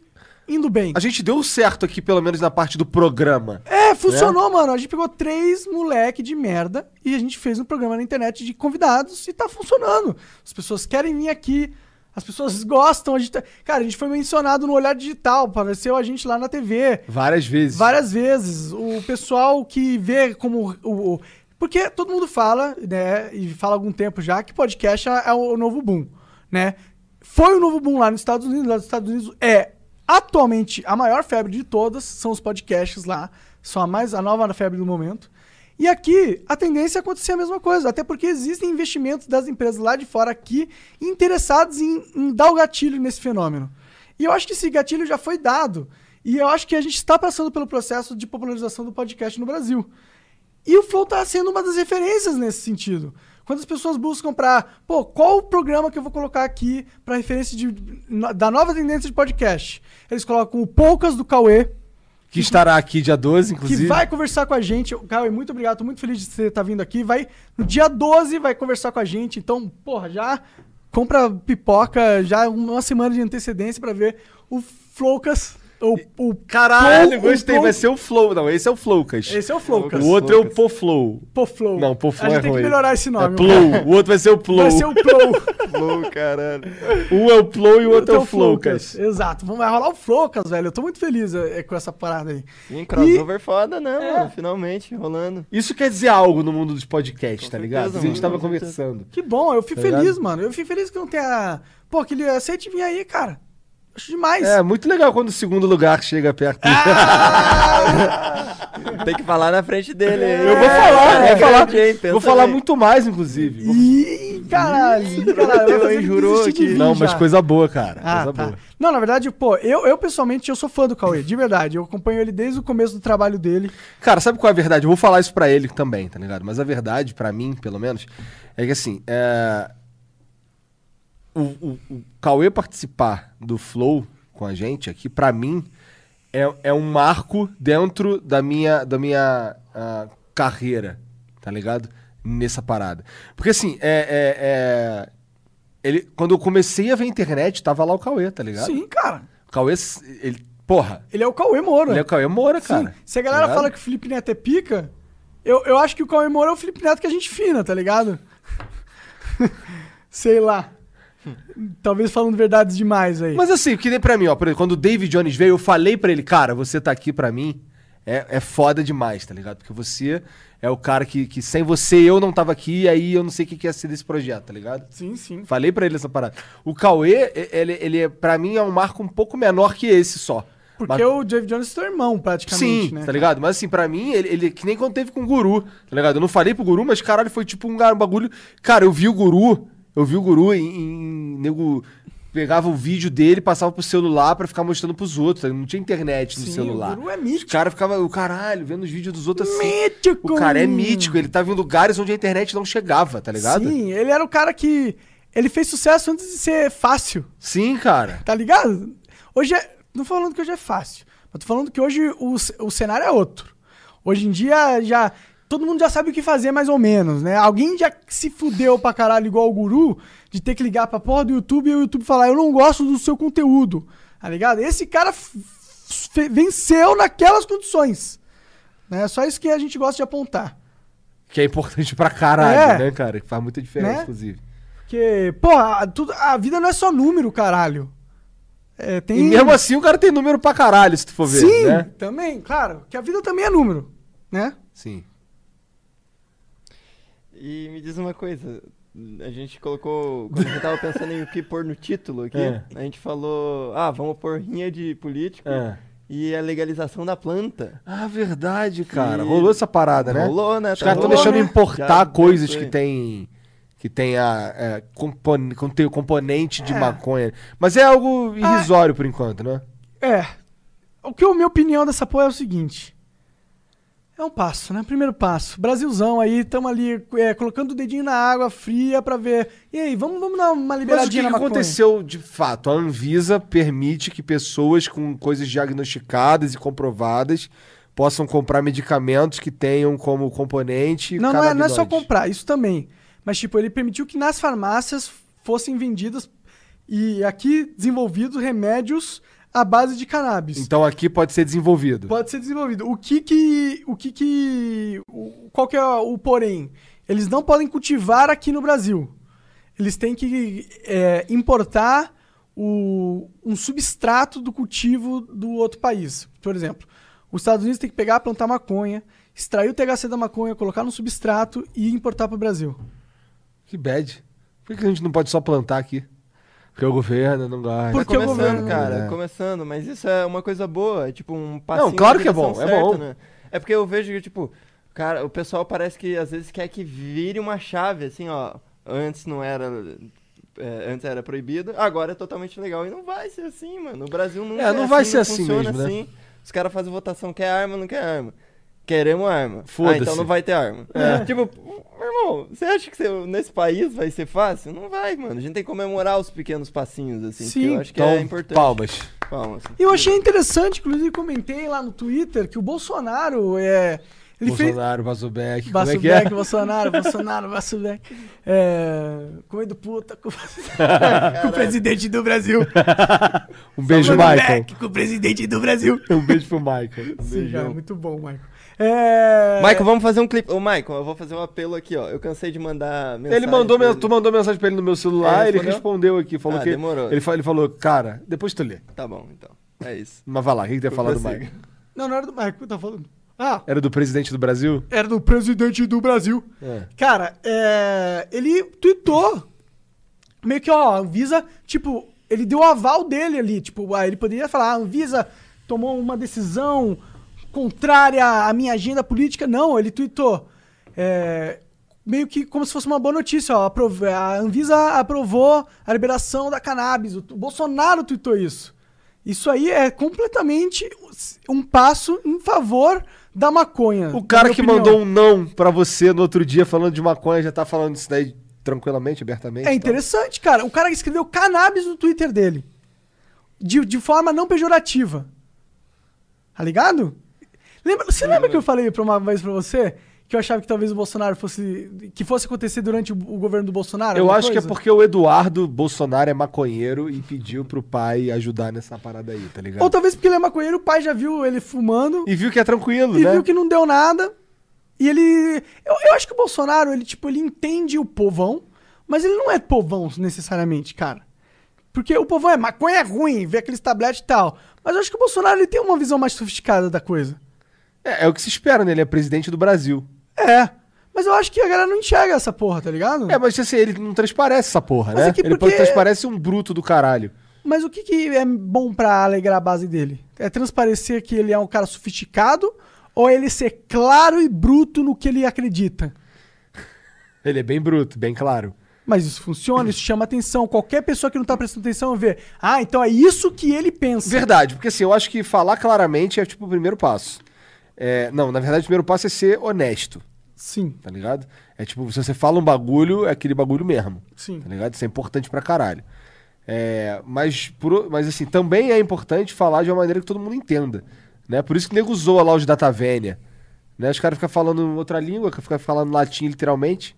S3: indo bem.
S2: A gente deu certo aqui, pelo menos na parte do programa.
S3: É, funcionou, mano. A gente pegou três moleque de merda e a gente fez um programa na internet de convidados e tá funcionando. As pessoas querem vir aqui, as pessoas gostam. A gente tá- Cara, a gente foi mencionado no Olhar Digital, apareceu a gente lá na TV.
S2: Várias vezes.
S3: Várias vezes. O pessoal que vê como. O, o- porque todo mundo fala, né? E fala há algum tempo já, que podcast é é o novo boom, né? Foi o novo boom lá nos Estados Unidos. Lá nos Estados Unidos é atualmente a maior febre de todas, são os podcasts lá. São a, mais, a nova febre do momento. E aqui a tendência é acontecer a mesma coisa, até porque existem investimentos das empresas lá de fora aqui interessados em, em dar o gatilho nesse fenômeno. E eu acho que esse gatilho já foi dado. E eu acho que a gente está passando pelo processo de popularização do podcast no Brasil. E o Flow está sendo uma das referências nesse sentido. Quando as pessoas buscam para, pô, qual o programa que eu vou colocar aqui para referência de- no- da nova tendência de podcast? Eles colocam o Poucas do Cauê,
S2: Que estará aqui dia 12, inclusive.
S3: que vai conversar com a gente. Cauê, muito obrigado, tô muito feliz de você estar vindo aqui. Vai no dia 12 vai conversar com a gente. Então, porra, já compra pipoca já uma semana de antecedência para ver o Flowcas ou o
S2: Caralho,
S3: Pou- o
S2: gostei.
S3: Pou-
S2: Vai ser o Flow. Não, esse é o Flowcas.
S3: Esse é o Flowcas.
S2: O outro é o Poflow.
S3: Poflow.
S2: Não, Poflow
S3: A gente
S2: é
S3: tem que
S2: ruim.
S3: melhorar esse
S2: É
S3: nome. mano.
S2: Plow. O outro vai ser o Plow.
S3: Vai ser o Plow.
S1: Flow, caralho.
S2: Um é o Plow e o outro é o
S3: Flowcas.
S2: Flowcas.
S3: Exato. Vamos- Vai rolar o Flowcas, velho. Eu tô muito feliz é, com essa parada aí.
S1: Sim, crossover foda, né, mano? Finalmente, rolando.
S2: Isso quer dizer algo no mundo dos podcasts, tá
S1: certeza,
S2: ligado? a
S1: mano,
S2: gente tava
S1: com certeza.
S2: conversando.
S3: Que bom, eu fico
S2: Tá
S3: feliz,
S2: ligado?
S3: mano. Eu fico feliz que não tenha. Pô, que ele aceite vir aí, cara. Acho demais.
S2: É, muito legal quando o segundo lugar chega perto.
S3: Ah,
S1: Tem que falar na frente dele. hein?
S2: Eu vou falar,
S1: É
S2: vou falar,
S1: grande, hein? Pensa
S2: vou falar
S1: bem.
S2: muito mais, inclusive.
S3: E Caralho, caralho.
S1: Teu
S3: fazer
S1: aí
S3: ele
S1: jurou
S3: desistir de
S1: que-
S3: mim
S2: Não, mas
S3: já.
S2: coisa boa, cara.
S3: Ah,
S2: coisa
S3: tá.
S2: boa.
S3: Não, na verdade, pô, eu, eu pessoalmente eu sou fã do Cauê, de verdade. Eu acompanho ele desde o começo do trabalho dele.
S2: Cara, sabe qual é a verdade? Eu vou falar isso pra ele também, tá ligado? Mas a verdade, pra mim, pelo menos, é que assim. é, O, o, o Cauê participar do Flow com a gente aqui, pra mim, é, é um marco dentro da minha, da minha ah, carreira, tá ligado? Nessa parada. Porque assim, é. é- é, Ele, quando eu comecei a ver a internet, tava lá o Cauê, tá ligado?
S3: Sim, cara.
S2: O Cauê, ele, porra,
S3: Ele é o Cauê Moura.
S2: ele é o Cauê Moura, cara.
S3: Se a galera
S2: tá ligado?
S3: fala que o Felipe Neto é pica, eu, eu acho que o Cauê Moura é o Felipe Neto que a gente fina, tá ligado? Sei lá. Talvez falando verdades demais aí.
S2: Mas assim, o que nem pra mim, ó, por exemplo, quando o David Jones veio, eu falei pra ele, cara, você tá aqui pra mim, é, é foda demais, tá ligado? Porque você é o cara que, que sem você eu não tava aqui, e aí eu não sei o que, que ia ser desse projeto, tá ligado?
S3: Sim, sim.
S2: Falei pra ele essa parada. O Cauê, e- ele, ele é, pra mim, é um marco um pouco menor que esse só.
S3: Porque
S2: Mas-
S3: o Dave Jones é teu irmão, praticamente,
S2: Sim,
S3: né?
S2: tá ligado? Mas assim, pra mim, ele, ele- que nem quando teve com o Guru, tá ligado? Eu não falei pro Guru, mas caralho, foi tipo um gar- um bagulho. Cara, eu vi o Guru, eu vi o Guru em. em- nego pegava o vídeo dele, passava pro celular pra ficar mostrando pros outros, tá ligado? não tinha internet no
S3: Sim,
S2: celular.
S3: o Guru é
S2: Os
S3: mítico.
S2: caras ficavam, o caralho, vendo os vídeos dos outros assim.
S3: Mítico!
S2: O cara é mítico, ele tava em lugares onde a internet não chegava, tá ligado? Sim,
S3: Sim, ele era o cara que... Ele fez sucesso antes de ser fácil.
S2: cara.
S3: Tá ligado? Hoje é. Não falando que hoje é fácil, mas tô falando que hoje o, c- o cenário é outro. Hoje em dia já. Todo mundo já sabe o que fazer, mais ou menos, né? Alguém já se fudeu pra caralho, igual o guru, de ter que ligar pra porra do YouTube e o YouTube falar: Eu não gosto do seu conteúdo. Tá ligado? Esse cara f- f- venceu naquelas condições. Né? Só isso que a gente gosta de apontar.
S2: Que é importante pra caralho,
S3: É.
S2: né, cara? Que faz muita diferença,
S3: Né?
S2: inclusive.
S3: Porque, porra, a- tudo, a vida não é só número, caralho. É, tem...
S2: E mesmo assim, o cara tem número pra caralho, se tu for ver,
S3: Sim,
S2: né?
S3: também, claro. Que a vida também é número, né?
S2: Sim.
S1: E me diz uma coisa, a gente colocou, quando eu tava pensando em o que pôr no título aqui,
S2: É.
S1: a gente falou, ah, vamos pôr rinha de político
S2: É.
S1: e a legalização da planta.
S2: Ah, verdade, cara.
S1: E-
S2: Rolou essa parada, né?
S1: Rolou, né?
S2: Os
S1: Tá
S2: caras estão
S1: rolando,
S2: deixando
S1: né?
S2: importar
S1: Já
S2: coisas
S1: pensou
S2: que
S1: em-
S2: tem. Que tem a. É, compon- contém o componente de maconha. Mas é algo
S3: Ah,
S2: irrisório por enquanto, né?
S3: É. O que a minha opinião dessa porra é o seguinte. É um passo, né? Primeiro passo. Brasilzão aí, tamo ali é, colocando o dedinho na água fria pra ver. E aí, vamos, vamos dar uma
S2: Mas o que,
S3: liberadinha
S2: que
S3: na maconha.
S2: aconteceu de fato? A Anvisa permite que pessoas com coisas diagnosticadas e comprovadas possam comprar medicamentos que tenham como componente.
S3: Não, não é, não é só
S2: canabinoides.
S3: comprar, isso também. Mas, tipo, ele permitiu que nas farmácias fossem vendidas e aqui desenvolvidos remédios à base de cannabis.
S2: Então aqui pode ser desenvolvido.
S3: Pode ser desenvolvido. O que que. O que que. o- qual que é o porém? Eles não podem cultivar aqui no Brasil. Eles têm que é, importar o- um substrato do cultivo do outro país. Por exemplo, os Estados Unidos têm que pegar, plantar maconha, extrair o THC da maconha, colocar no substrato e importar para o Brasil.
S2: Que bad. Por que a gente não pode só plantar aqui? Porque o governo não gosta.
S3: Por-
S1: Tá
S3: Porque o
S1: começando,
S3: governo-
S1: cara,
S2: É.
S1: começando, mas isso é uma coisa boa, é tipo um passinho
S2: Não, claro
S1: na
S2: que é
S1: direção
S2: bom, é
S1: certa,
S2: bom.
S1: Né? É porque eu vejo que, tipo, cara, o pessoal parece que às vezes quer que vire uma chave, assim, ó, antes não era... é, antes era proibido, agora é totalmente legal. E não vai ser assim, mano. No Brasil nunca
S2: É, não vai ser
S1: não
S2: assim
S1: funciona
S2: mesmo, né?
S1: assim. Os caras fazem votação, quer arma, não quer arma. Queremos arma. Ah,
S2: Foda-se. É.
S1: então não vai ter arma. Tipo, meu irmão, você acha que você- nesse país vai ser fácil? Não vai, mano. A gente tem que comemorar os pequenos passinhos, assim.
S3: Sim,
S1: porque eu acho que
S2: Então,
S1: é importante.
S2: palmas.
S1: Palmas.
S3: E eu achei interessante, inclusive comentei lá no Twitter, que o Bolsonaro é. Ele fez,
S2: Bolsonaro, Vazubeck, como é que é?
S3: Vassubeck, Bolsonaro, Bolsonaro, Vassubeck. É... Comendo puta com... com o presidente do Brasil.
S2: Um beijo, Michael.
S3: Moleque, com o presidente do Brasil.
S2: Um beijo pro Michael.
S3: Sim, cara, muito bom, Michael. É...
S1: Michael, vamos fazer um clipe. Ô, Michael, eu vou fazer um apelo aqui, ó. Eu cansei de mandar mensagem.
S2: Ele mandou,
S1: pra
S2: men- tu mandou mensagem pra ele no meu celular,
S1: Ele
S2: ele
S1: respondeu?
S2: respondeu aqui, falou
S1: Ah,
S2: que
S1: demorou.
S2: Ele, fa- ele falou, cara, depois tu lê.
S1: Tá bom, então. É isso.
S2: Mas vai lá, o que, que tu ia falar do
S1: Prossiga.
S2: Michael?
S3: Não, não era do Michael, tá falando. Ah,
S2: Era do presidente do Brasil?
S3: era do presidente do Brasil.
S2: É.
S3: Cara, é... ele tweetou meio que, ó, a Anvisa, tipo, ele deu o aval dele ali, tipo, ah, ele poderia falar, a Anvisa tomou uma decisão contrária à minha agenda política. Não, ele tweetou, é, meio que como se fosse uma boa notícia. Ó, Aprov- a Anvisa aprovou a liberação da cannabis. O, t- o Bolsonaro tweetou isso. Isso aí é completamente um passo em favor da maconha.
S2: O cara
S3: na minha
S2: que
S3: opinião.
S2: mandou um não pra você no outro dia falando de maconha já tá falando isso daí tranquilamente, abertamente.
S3: É
S2: tá?
S3: interessante, cara. O cara que escreveu cannabis no Twitter dele. De, de forma não pejorativa. Tá ligado? Lembra- você lembra que eu falei pra uma vez pra você que eu achava que talvez o Bolsonaro fosse. que fosse acontecer durante o, o governo do Bolsonaro?
S2: Eu
S3: alguma
S2: acho que é
S3: coisa?
S2: porque o Eduardo Bolsonaro é maconheiro e pediu pro pai ajudar nessa parada aí, tá ligado?
S3: Ou talvez porque ele é maconheiro, o pai já viu ele fumando
S2: E viu que é tranquilo,
S3: e
S2: né?
S3: viu que não deu nada. E ele. Eu, eu acho que o Bolsonaro, ele, tipo, ele entende o povão, mas ele não é povão necessariamente, cara. Porque o povão é maconha é ruim, vê aqueles tabletes e tal. Mas eu acho que o Bolsonaro ele tem uma visão mais sofisticada da coisa.
S2: É, é o que se espera, né? Ele é presidente do Brasil.
S3: É. Mas eu acho que a galera não enxerga essa porra, tá ligado?
S2: É, mas assim, ele não transparece essa porra,
S3: Mas
S2: né?
S3: é que
S2: ele
S3: porque-
S2: transparece um bruto do caralho.
S3: Mas o que, que é bom pra alegrar a base dele? É transparecer que ele é um cara sofisticado ou ele ser claro e bruto no que ele acredita?
S2: Ele é bem bruto, bem claro.
S3: Mas isso funciona, isso chama atenção. Qualquer pessoa que não tá prestando atenção vê. Ah, então é isso que ele pensa.
S2: Verdade, porque assim, eu acho que falar claramente é tipo o primeiro passo. É, não, na verdade, o primeiro passo é ser honesto,
S3: Sim,
S2: tá ligado? É tipo, se você fala um bagulho, é aquele bagulho mesmo.
S3: sim.
S2: Tá ligado? Isso é importante pra caralho. É, mas, por o- mas assim, também é importante falar de uma maneira que todo mundo entenda. Né? Por isso que nego zoa lá os Datavênia. Né? Os caras ficam falando outra língua, ficam falando latim literalmente.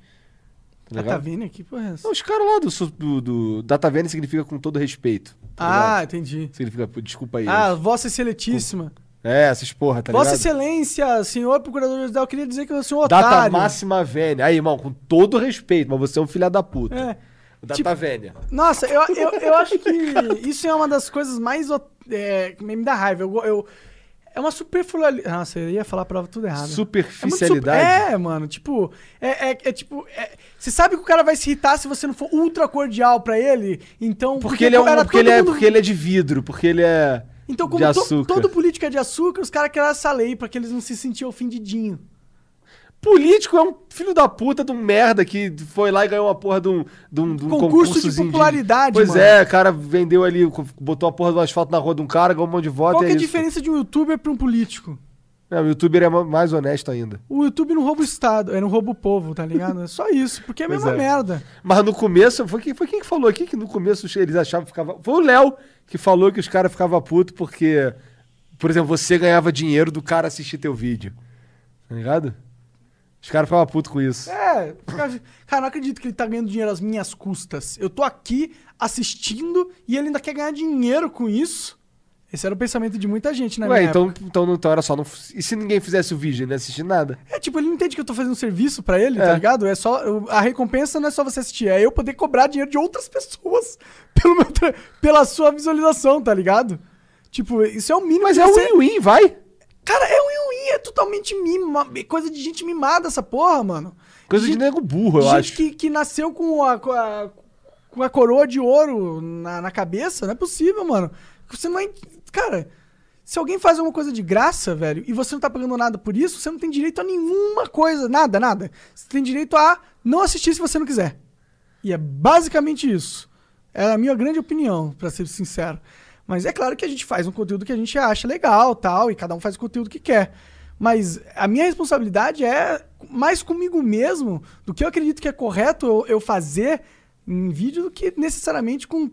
S2: Tá
S3: Ah, tá
S2: ligado?
S3: vendo aqui, porra. é essa?
S2: Não, os caras lá do, su- do, do Datavênia significa com todo respeito. tá ligado?
S3: ah, entendi.
S2: Significa, pô, desculpa aí.
S3: Ah,
S2: mas-
S3: Vossa Excelentíssima.
S2: É, essas porra, tá
S3: Vossa
S2: ligado?
S3: Excelência, senhor procurador geral, eu queria dizer que você é um
S2: Data
S3: otário.
S2: máxima vénia. Aí, irmão, com todo respeito, mas você é um filho da puta.
S3: É.
S2: Data
S3: tipo-
S2: vénia.
S3: Nossa, eu, eu, eu acho que isso é uma das coisas mais. o- É, que me dá raiva. Eu, go- eu- é uma superflualidade. Nossa, eu ia falar a palavra tudo errado.
S2: Superficialidade?
S3: É, muito sup- é, mano. Tipo, é, é- é tipo. é- você sabe que o cara vai se irritar se você não for ultra cordial pra ele. Então.
S2: Porque, ele é um,
S3: era
S2: porque
S3: todo
S2: ele é,
S3: mundo-
S2: porque ele é de vidro, porque ele é
S3: Então, como
S2: de
S3: to-
S2: açúcar.
S3: todo político é de açúcar, os caras criaram essa lei pra que eles não se sentiam ofendidinho.
S2: político é um filho da puta de um merda que foi lá e ganhou uma porra de um, de um, de um
S3: Concurso de
S2: concursozinho
S3: popularidade,
S2: Pois
S3: mano.
S2: é, cara vendeu ali, co- botou a porra do asfalto na rua de um cara, ganhou um monte de voto.
S3: Qual que é
S2: é
S3: a
S2: isso.
S3: diferença de um youtuber pra um político?
S2: Não, o youtuber é ma- mais honesto ainda.
S3: O YouTube não rouba o Estado, é não rouba o povo, tá ligado? É só isso, porque é a
S2: Pois
S3: mesma
S2: é.
S3: merda.
S2: Mas no começo, foi quem, foi quem que falou aqui que no começo os- eles achavam que ficava. Foi o Léo que falou que os caras ficavam putos porque, por exemplo, você ganhava dinheiro do cara assistir teu vídeo. Tá ligado? Os caras ficavam putos com isso.
S3: É, cara, cara, não acredito que ele tá ganhando dinheiro às minhas custas. Eu tô aqui assistindo e ele ainda quer ganhar dinheiro com isso. Esse era o pensamento de muita gente na
S2: Ué,
S3: minha
S2: então, então, não- então era só. Não, f- e se ninguém fizesse o vídeo, ele não ia assistir nada?
S3: época. É tipo, ele não entende que eu tô fazendo um serviço pra ele, tá ligado? É só eu- a recompensa não é só você assistir, é eu poder cobrar dinheiro de outras pessoas pelo meu tra- pela sua visualização, tá ligado? Tipo, isso é o mínimo.
S2: Mas
S3: que
S2: é
S3: você-
S2: win-win, vai!
S3: Cara, é win-win, é totalmente mima, coisa de gente mimada essa porra, mano.
S2: Coisa de
S3: Gente-
S2: nego burro, eu
S3: gente
S2: acho.
S3: Que, que nasceu com a, com, a, com a coroa de ouro na, na cabeça, não é possível, mano. Você não é. Cara, se alguém faz alguma coisa de graça, velho, e você não tá pagando nada por isso, você não tem direito a nenhuma coisa, nada, nada. Você tem direito a não assistir se você não quiser. E é basicamente isso. É a minha grande opinião, pra ser sincero. Mas é claro que a gente faz um conteúdo que a gente acha legal, tal, e cada um faz o conteúdo que quer. Mas a minha responsabilidade é mais comigo mesmo do que eu acredito que é correto eu, eu fazer em vídeo do que necessariamente com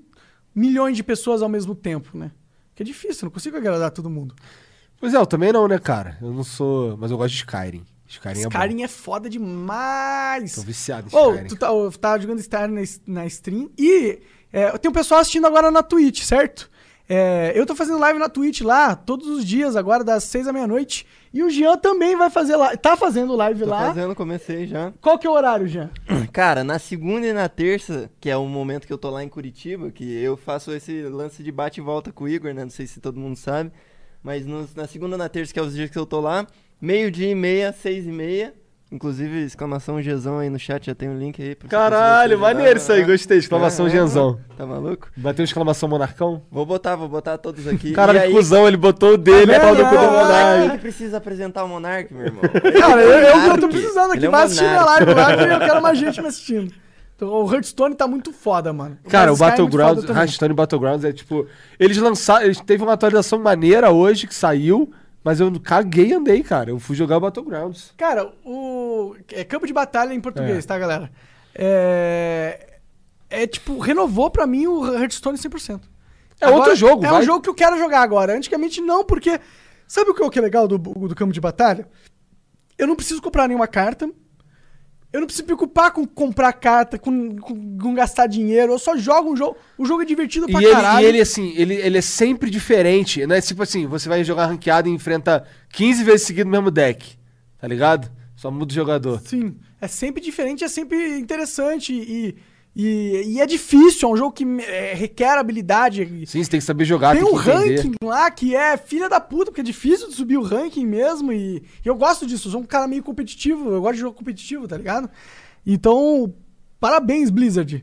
S3: milhões de pessoas ao mesmo tempo, né? Que é difícil, eu não consigo agradar todo mundo.
S2: Pois é, eu também não, né, cara? Eu não sou. Mas eu gosto de Skyrim. Skyrim é bom.
S3: Skyrim é foda demais.
S2: Tô viciado em
S3: Ô,
S2: Skyrim.
S3: tu tá, eu tava jogando Skyrim na, es- na stream e é, tem um pessoal assistindo agora na Twitch, certo? É, eu tô fazendo live na Twitch lá, todos os dias, agora das seis à meia-noite. E o Jean também vai fazer lá. Tá fazendo live
S1: Tô
S3: lá.
S1: fazendo, comecei já.
S3: Qual que é o horário, Jean?
S1: Cara, na segunda e na terça, que é o momento que eu tô lá em Curitiba, que eu faço esse lance de bate e volta com o Igor, né? Não sei se todo mundo sabe. Mas nos- na segunda e na terça, que é os dias que eu tô lá, meio-dia e meia, seis e meia, Inclusive, exclamação Gesão aí no chat, já tem um link aí. pra
S3: é
S1: vocês
S2: Caralho,
S1: botarem lá.
S2: maneiro isso aí, gostei. Exclamação
S1: É, é.
S2: Genzão.
S1: Tá maluco?
S2: Bateu exclamação monarcão?
S1: Vou botar, vou bobotar todos aqui.
S2: Cara,
S1: E
S2: que
S1: aí,
S2: cuzão, ele botou o dele,
S3: Ah,
S2: pau no cu do
S3: não,
S1: Monark.
S2: monarca.
S1: Ele precisa apresentar o Monark, meu irmão.
S3: Cara, eu, eu, eu
S1: Monark.
S3: tô
S1: é
S3: precisando aqui.
S1: um Ele é um
S3: Vai assistir minha
S1: monarca.
S3: live lá que eu quero mais gente me assistindo. Então, o Hearthstone tá muito foda, mano.
S2: Cara, o
S3: Mas Sky é muito
S2: Battlegrounds,
S3: foda também.
S2: Hearthstone Battlegrounds é tipo. Eles lançaram. Eles teve uma atualização maneira hoje que saiu, mas eu caguei e andei, cara. Eu fui jogar o Battlegrounds.
S3: Cara, o. É campo de batalha em português, tá, galera? É. É tipo, renovou pra mim o Hearthstone 100%.
S2: É outro jogo,
S3: É
S2: vai.
S3: um jogo que eu quero jogar agora. Antigamente não, porque. Sabe o que o que é legal do, do campo de batalha? Eu não preciso comprar nenhuma carta. Eu não preciso me preocupar com comprar carta, com, com- com gastar dinheiro. Eu só jogo um jogo. O jogo é divertido
S2: E
S3: pra
S2: ele,
S3: caralho.
S2: e ele, assim, ele, ele é sempre diferente. Não é tipo assim, você vai jogar ranqueado e enfrenta 15 vezes seguido o mesmo deck. Tá ligado? Só muda o jogador.
S3: Sim. É sempre diferente, é sempre interessante e, e, e é difícil, é um jogo que eh, requer habilidade.
S2: Sim, você tem que saber jogar,
S3: Tem
S2: tem,
S3: um
S2: que entender.
S3: ranking lá que é filha da puta, porque é difícil de subir o ranking mesmo. E, e eu gosto disso, eu sou um cara meio competitivo, eu gosto de jogo competitivo, tá ligado? Então, parabéns, Blizzard.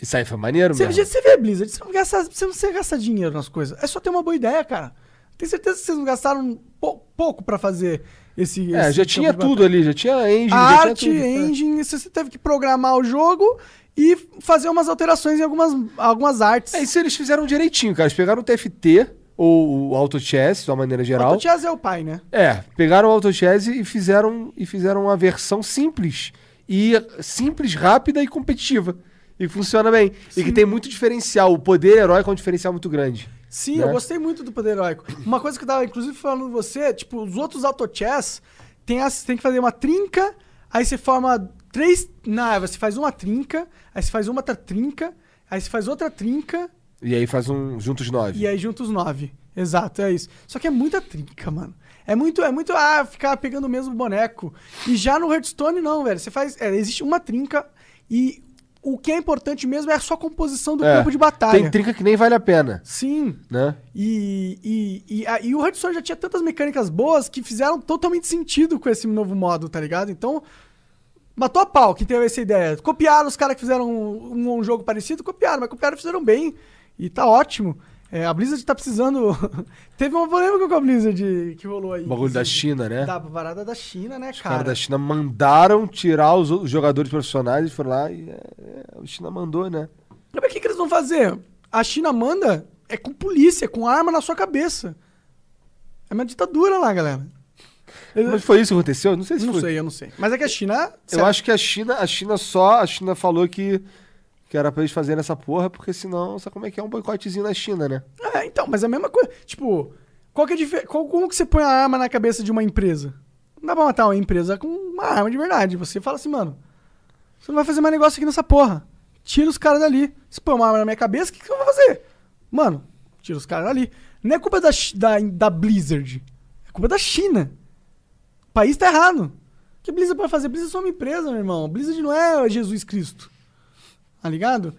S2: Isso aí foi maneiro
S3: Você,
S2: mesmo.
S3: você vê, Blizzard, você não, gasta, você não precisa gastar dinheiro nas coisas. É só ter uma boa ideia, cara. Tenho certeza que vocês não gastaram um pou- pouco pra fazer esse.
S2: É,
S3: esse
S2: já
S3: campo
S2: tinha
S3: de batalha.
S2: tudo ali, já tinha engine,
S3: A
S2: já
S3: tá arte,
S2: tinha tudo. É.
S3: engine, você teve que programar o jogo e fazer umas alterações em algumas, algumas artes.
S2: É, isso eles fizeram direitinho, cara. Eles pegaram o TFT, ou o Auto Chess, de uma maneira geral.
S3: O Chess é o pai, né?
S2: É, pegaram o Auto Chess e fizeram, e fizeram uma versão simples. E simples, rápida e competitiva. E funciona bem. E que tem muito diferencial. O poder heróico é um diferencial muito grande.
S3: Sim,
S2: né?
S3: eu gostei muito do poder heróico. Uma coisa que eu tava, inclusive, falando com você, tipo, os outros autochess tem, as- tem que fazer uma trinca, aí você forma três. Não, você faz uma trinca, aí você faz uma outra trinca, aí você faz outra trinca
S2: E aí faz um juntos nove.
S3: e é aí junta os nove. Exato, é isso. Só que é muita trinca, mano. É muito, é muito, ah, ficar pegando o mesmo boneco. E já no Hearthstone, não, velho. Você faz. é, existe uma trinca e o que é importante mesmo é só a composição do
S2: É,
S3: campo de batalha.
S2: Tem trinca que nem vale a pena,
S3: Sim.
S2: né?
S3: E, e, e, a- e o Hearthstone já tinha tantas mecânicas boas que fizeram totalmente sentido com esse novo modo, tá ligado? Então, matou a pau que teve essa ideia. Copiaram os caras que fizeram um, um- um jogo parecido, copiaram, mas copiaram e fizeram bem. E tá ótimo. É, a Blizzard tá precisando. teve uma polêmica com a Blizzard que rolou aí.
S2: O bagulho da
S3: inclusive.
S2: China, né?
S3: Da parada da China, né,
S2: Os caras
S3: cara?
S2: da China mandaram tirar os, os jogadores profissionais e foram lá e é, é, a China mandou, né?
S3: Mas o que, que eles vão fazer? A China manda é com polícia, com arma na sua cabeça. É uma ditadura lá, galera.
S2: Mas foi isso que aconteceu? Não sei se
S3: Não
S2: foi.
S3: sei, eu não sei. Mas é que a China.
S2: Eu acho que a China, a China só, a China falou que, que era pra eles fazerem essa porra, porque senão, sabe como é que é um boicotezinho na China, né?
S3: É, então, mas é a mesma coisa. Tipo, qual que é a dife- qual- como que você põe a arma na cabeça de uma empresa? Não dá pra matar uma empresa com uma arma de verdade. Você fala assim, mano, você não vai fazer mais negócio aqui nessa porra. Tira os caras dali. Se põe uma arma na minha cabeça, o que, que eu vou fazer? Mano, tira os caras dali. Não é culpa da, Chi- da, da Blizzard. É culpa da China. O país tá errado. O que a Blizzard pode fazer? A Blizzard é só uma empresa, meu irmão. A Blizzard não é Jesus Cristo. Tá ligado?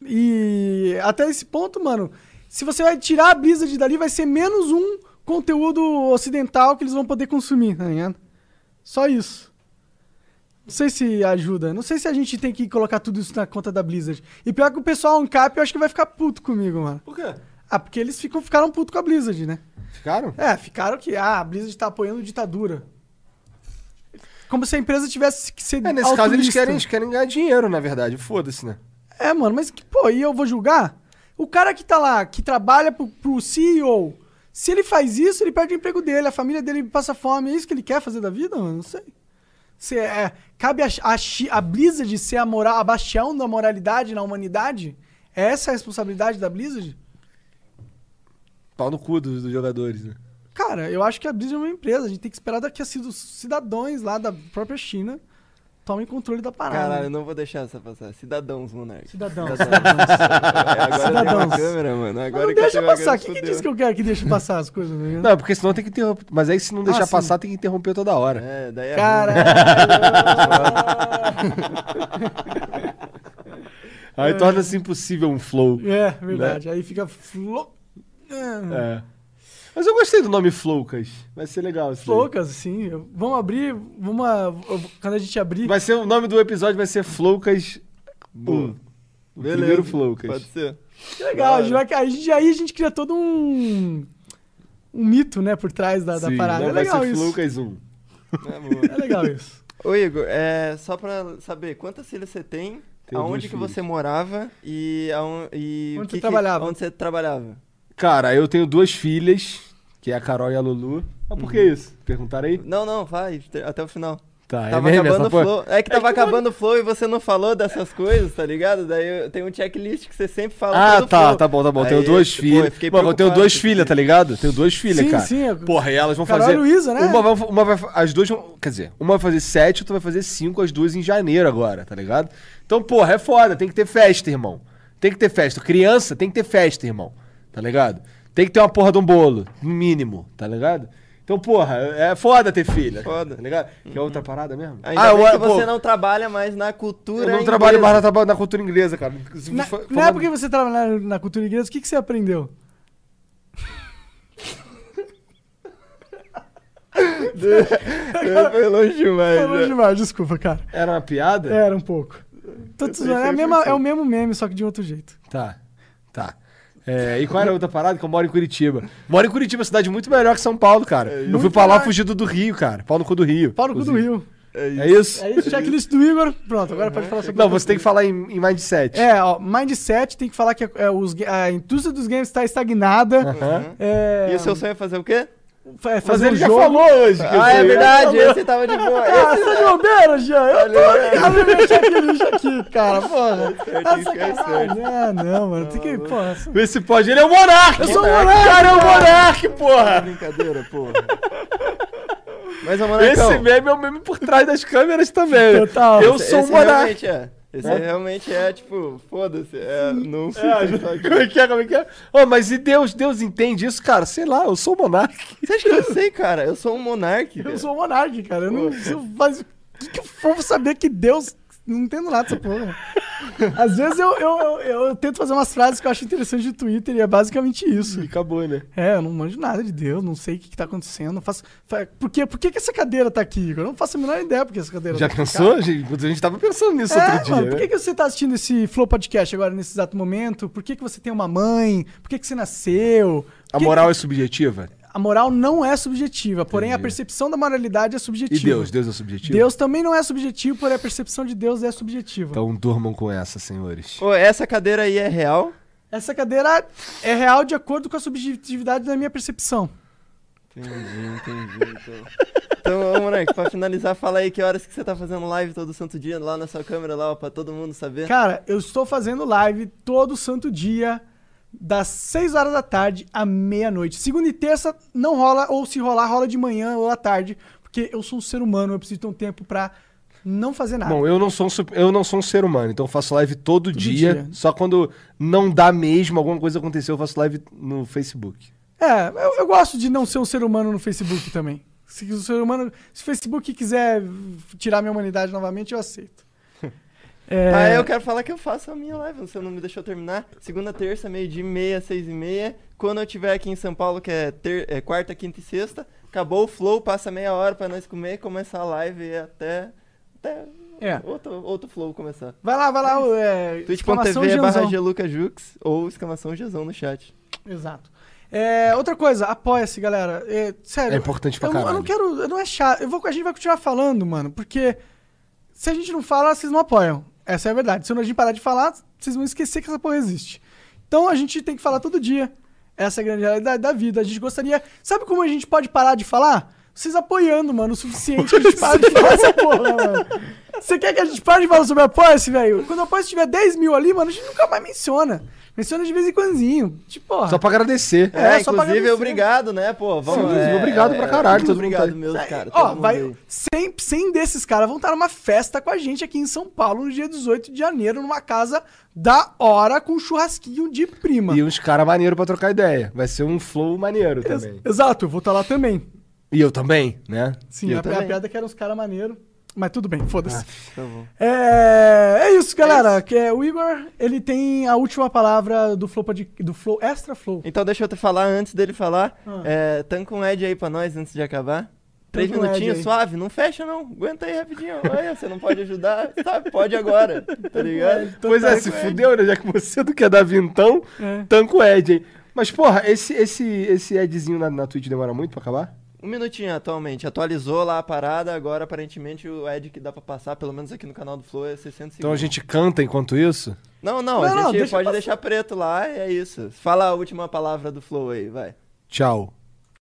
S3: E até esse ponto, mano, se você vai tirar a Blizzard dali, vai ser menos um conteúdo ocidental que eles vão poder consumir, tá ligado? Só isso. Não sei se ajuda. Não sei se a gente tem que colocar tudo isso na conta da Blizzard. E pior que o pessoal Ancap, eu acho que vai ficar puto comigo, mano.
S2: Por quê?
S3: Ah, porque eles ficam, ficaram puto com a Blizzard, né?
S2: Ficaram?
S3: É, ficaram que, ah, a Blizzard tá apoiando ditadura. Como se a empresa tivesse que ser
S2: É, nesse caso eles
S3: altruísta.
S2: querem, eles querem ganhar dinheiro, na verdade. Foda-se, né?
S3: É, mano, mas que, pô, e eu vou julgar? O cara que tá lá, que trabalha pro, pro CEO, se ele faz isso, ele perde o emprego dele, a família dele passa fome, é isso que ele quer fazer da vida, mano? Não sei. Se é, cabe a, a, chi- a Blizzard ser a, moral, a bastião da moralidade na humanidade? É essa a responsabilidade da Blizzard?
S2: Pau no cu dos, dos jogadores, né?
S3: Cara, eu acho que a Blizzard é uma empresa, a gente tem que esperar da- que os cidadãos lá da própria China tomem controle da parada.
S1: Caralho, eu não vou deixar essa passar. Cidadãos, Monark.
S3: Cidadãos,
S1: É, agora tem
S3: Cidadãos.
S1: uma câmera, mano. Agora
S3: Mas não
S1: que eu
S3: deixa
S1: tenho uma
S3: passar.
S1: câmera,
S3: Quem que
S1: fudeu.
S3: disse que eu quero que deixe passar as coisas? né?
S2: Não, porque senão tem que interromper. Mas aí se não deixar
S3: sim.
S2: passar, tem que interromper toda hora.
S1: É, daí é ruim.
S3: Caralho!
S2: Aí torna-se impossível um flow.
S3: é, verdade. Aí fica flow. É.
S2: É. Mas eu gostei do nome Floucas. Vai ser legal isso. daí.
S3: Loucas, assim. eu- Vamos abrir. Vamos. a- eu- Quando a gente abrir.
S2: Vai ser, o nome do episódio vai ser Floucas 1. O Primeiro
S1: Pode
S2: Floucas.
S1: ser.
S3: que legal. a gente vai- a gente- aí a gente cria todo um. Um mito, né? Por trás da, da
S2: Sim,
S3: parada.
S2: não
S3: É
S2: vai
S3: legal
S2: ser
S3: isso.
S2: Floucas 1.
S1: É, boa.
S3: É legal isso.
S1: Ô Igor, é, só pra saber, quantas filhas você tem,
S2: Tenho duas
S1: aonde que
S2: filhas.
S1: você morava e, aon, e
S3: Onde
S1: o
S3: você
S1: que que-
S3: trabalhava?
S1: onde você trabalhava?
S2: Cara, eu tenho duas filhas, que é a Carol e a Lulu. Mas por que isso? Perguntaram aí?
S1: Não, não, vai, te- até o final.
S2: Tá,
S1: tava
S2: mesmo
S1: acabando o
S2: essa porra?
S1: flow. É que tava acabando o flow e você não falou dessas coisas, tá ligado? Daí eu- tem um checklist que você sempre fala.
S2: Ah,
S1: todo
S2: tá,
S1: flow.
S2: tá bom, tá bom.
S1: Aí, tipo,
S2: Tenho duas
S1: pô,
S2: filhas.
S1: fiquei
S2: Mano, eu tenho
S1: preocupado,
S2: duas
S1: porque-
S2: filhas, tá ligado? Tenho duas filhas,
S3: Sim,
S2: cara.
S3: sim, é-
S2: Porra, e elas vão
S3: Carol
S2: fazer.
S3: e Luísa, né?
S2: Uma vai, uma vai- as duas vão. Quer dizer, uma vai fazer sete, outra vai fazer cinco, as duas em janeiro agora, tá ligado? Então, porra, é foda. Tem que ter festa, irmão. Tem que ter festa. Criança tem que ter festa, irmão. Tá ligado? Tem que ter uma porra de um bolo, no mínimo, tá ligado? Então, porra, é foda ter filha. cara,
S1: Foda.
S2: Tá ligado? Que é outra parada mesmo? Ah,
S1: Ainda
S2: eu-
S1: bem que
S2: pô,
S1: você não trabalha mais na cultura
S2: eu não
S1: inglesa.
S2: trabalho mais na, na cultura inglesa, cara. Se
S3: Na,
S2: for-
S3: na época que você trabalhava na cultura inglesa, o que, que você aprendeu?
S1: Foi longe
S2: É,
S1: demais.
S3: Falou
S1: né?
S3: demais, desculpa, cara.
S2: Era uma piada?
S3: Era um pouco. Tô te zoando, é, a mesma- é o mesmo meme, só que de outro jeito.
S2: Tá, tá. É, e qual era a outra parada? Que eu moro em Curitiba. Moro em Curitiba, cidade muito melhor que São Paulo, cara. eu fui
S3: É, Muito
S2: pra lá
S3: melhor.
S2: fugido do Rio, cara. Pau no cu do Rio.
S3: Pau no cu do Rio.
S2: É isso?
S3: É isso, checklist do Igor. Pronto, agora pode falar sobre
S2: Não,
S3: outra
S2: você tem que
S3: coisa.
S2: falar em, em mindset.
S3: É, ó, mindset tem que falar que é, os, ga- a indústria dos games está estagnada.
S2: Aham.
S3: É,
S1: E o seu sonho é fazer o quê?
S3: fa- é
S2: Mas
S3: fazer um
S2: ele já
S3: jogo.
S2: falou hoje. que eu
S1: Ah, é
S2: sei.
S1: verdade, esse tava de boa.
S3: Ah, você tá de bobeira, Jean? Eu tô ligado no meu checklist aqui, cara, porra.
S1: é
S3: Tá sacanagem. Ah, não, mano, tem que, porra. essa-
S2: Vê se pode. Ele é o Monark!
S3: Eu sou o Monark,
S2: Cara, é o Monark, porra!
S1: Brincadeira, porra. Mas, ô, Monarcão,
S2: Esse meme é o meme por trás das câmeras também.
S3: Então. Total.
S2: Eu sou um o
S1: esse
S2: Monark.
S1: realmente é. Esse realmente é, tipo, foda-se. É, não
S2: Como é que é? Como é que é? Ô, mas e Deus? Deus entende isso, cara? Sei lá, eu sou o Monark.
S1: Você acha que eu sei, cara? Eu sou um monarca.
S3: Eu sou o Monark, cara. Eu não eu, mas, o que, que eu vou saber que Deus. Não entendo nada dessa porra. Às vezes eu, eu, eu, eu tento fazer umas frases que eu acho interessantes de Twitter e é basicamente isso.
S2: Acabou, né?
S3: É, eu não manjo nada de Deus, não sei o que, que tá acontecendo. Não faço, fa- por, quê? por que, que essa cadeira tá aqui, Igor? Eu não faço a menor ideia por que essa cadeira
S2: Já
S3: tá aqui.
S2: pensou? Gente, a gente tava pensando nisso
S3: É,
S2: outro dia.
S3: mano,
S2: né?
S3: por que, que você tá assistindo esse Flow Podcast agora, nesse exato momento? Por que, que você tem uma mãe? Por que, que você nasceu? Por
S2: A
S3: que
S2: moral
S3: que-
S2: é subjetiva?
S3: A moral não é subjetiva, porém a percepção da moralidade é
S2: E
S3: subjetiva.
S2: Deus? Deus é subjetivo?
S3: Deus também não é subjetivo, porém a percepção de Deus é subjetiva.
S2: Então durmam com essa,
S3: um
S2: senhores.
S1: Ô, essa cadeira aí é real?
S3: Essa cadeira é real de acordo com a subjetividade da minha percepção.
S1: Entendi, entendi. Então, então ô, Monark, pra finalizar, fala aí que horas que você tá fazendo live todo santo dia lá na sua câmera, lá, ó, pra todo mundo saber.
S3: Cara, eu estou fazendo live todo santo dia, das 6 horas da tarde à meia-noite. Segunda e terça não rola, ou se rolar, rola de manhã ou à tarde, porque eu sou um ser humano, eu preciso ter um tempo pra não fazer nada.
S2: Bom, eu não sou um, sup- eu não sou um ser humano, então eu faço live todo, dia,
S3: dia.
S2: Só quando não dá mesmo, alguma coisa aconteceu, eu faço live no Facebook.
S3: É, eu, eu gosto de não ser um ser humano no Facebook também. Se o ser humano. Se o Facebook quiser tirar minha humanidade novamente, eu aceito. É,
S1: Ah, eu quero falar que eu faço a minha live, você não me deixou terminar. Segunda, terça, meio-dia e meia, seis e meia. Quando eu tiver aqui em São Paulo, que é, ter- é quarta, quinta e sexta, acabou o flow, passa meia hora pra nós comer, começar a live e até, até
S3: é.
S1: outro, outro flow começar.
S3: Vai lá, vai lá. É, exclamação
S1: twitch.tv barra
S3: Janzão.
S1: gelucajux ou exclamação Jezão no chat.
S3: Exato. É, outra coisa, apoia-se, galera. É, sério.
S2: É importante pra
S3: eu, não- Eu não
S2: caralho.
S3: quero. eu não é chato. Eu vou, a gente vai continuar falando, mano, porque se a gente não fala, vocês não apoiam. Essa é a verdade. Se a gente parar de falar, vocês vão esquecer que essa porra existe. Então a gente tem que falar todo dia. Essa é a grande realidade da vida. A gente gostaria. Sabe como a gente pode parar de falar? Vocês apoiando, mano, o suficiente que a gente para de falar essa porra, mano. Você quer que a gente pare de falar sobre apoia-se, velho? Quando o apoia-se tiver 10 mil ali, mano, a gente nunca mais menciona. Menciona de vez em quandinho. Tipo, porra.
S2: Só pra agradecer.
S1: É,
S3: só pra
S1: inclusive,
S3: agradecer.
S1: obrigado, né, pô? Vamos,
S2: Sim,
S1: é,
S2: obrigado pra caralho, todo mundo
S1: obrigado,
S2: tá-
S1: meus cara. todo
S3: É, Ó,
S1: mundo
S3: vai.
S1: aí.
S3: 100, 100 desses caras vão estar numa festa com a gente aqui em São Paulo no dia 18 de janeiro, numa casa da hora com churrasquinho de prima.
S2: E uns caras maneiros pra trocar ideia. Vai ser um flow maneiro
S3: Ex-
S2: também.
S3: Exato, eu vou estar lá também.
S2: E eu também, né?
S3: Sim,
S2: eu
S3: a, a
S1: também.
S3: piada que eram os caras maneiros. Mas tudo bem, foda-se.
S1: Tá bom.
S3: É, é isso, galera. Que é, o Igor, ele tem a última palavra do Flow, pod- do flow Extra Flow.
S1: Então deixa eu te falar antes dele falar.
S2: Ah.
S1: É, tanca um Ed aí pra nós antes de acabar. Três
S3: Tanca um Ed
S1: minutinhos,
S3: aí.
S1: suave, não fecha não. Aguenta aí rapidinho. Olha, você não pode ajudar, sabe? Pode agora, tá ligado?
S2: Pois é, se fudeu, né? Já que você não quer dar vintão,
S3: É.
S2: tanca o Ed, hein? Mas, porra, esse, esse, esse Edzinho na, na Twitch demora muito pra acabar?
S1: Um minutinho atualmente. Atualizou lá a parada, agora aparentemente o Ed que dá pra passar, pelo menos aqui no canal do Flow, é 60 segundos.
S2: Então a gente canta enquanto isso?
S1: Não, não,
S3: Não,
S1: a
S3: não,
S1: gente
S3: deixa
S1: pode
S3: passar.
S1: deixar preto lá, é isso. Fala a última palavra do Flow aí, vai.
S2: Tchau.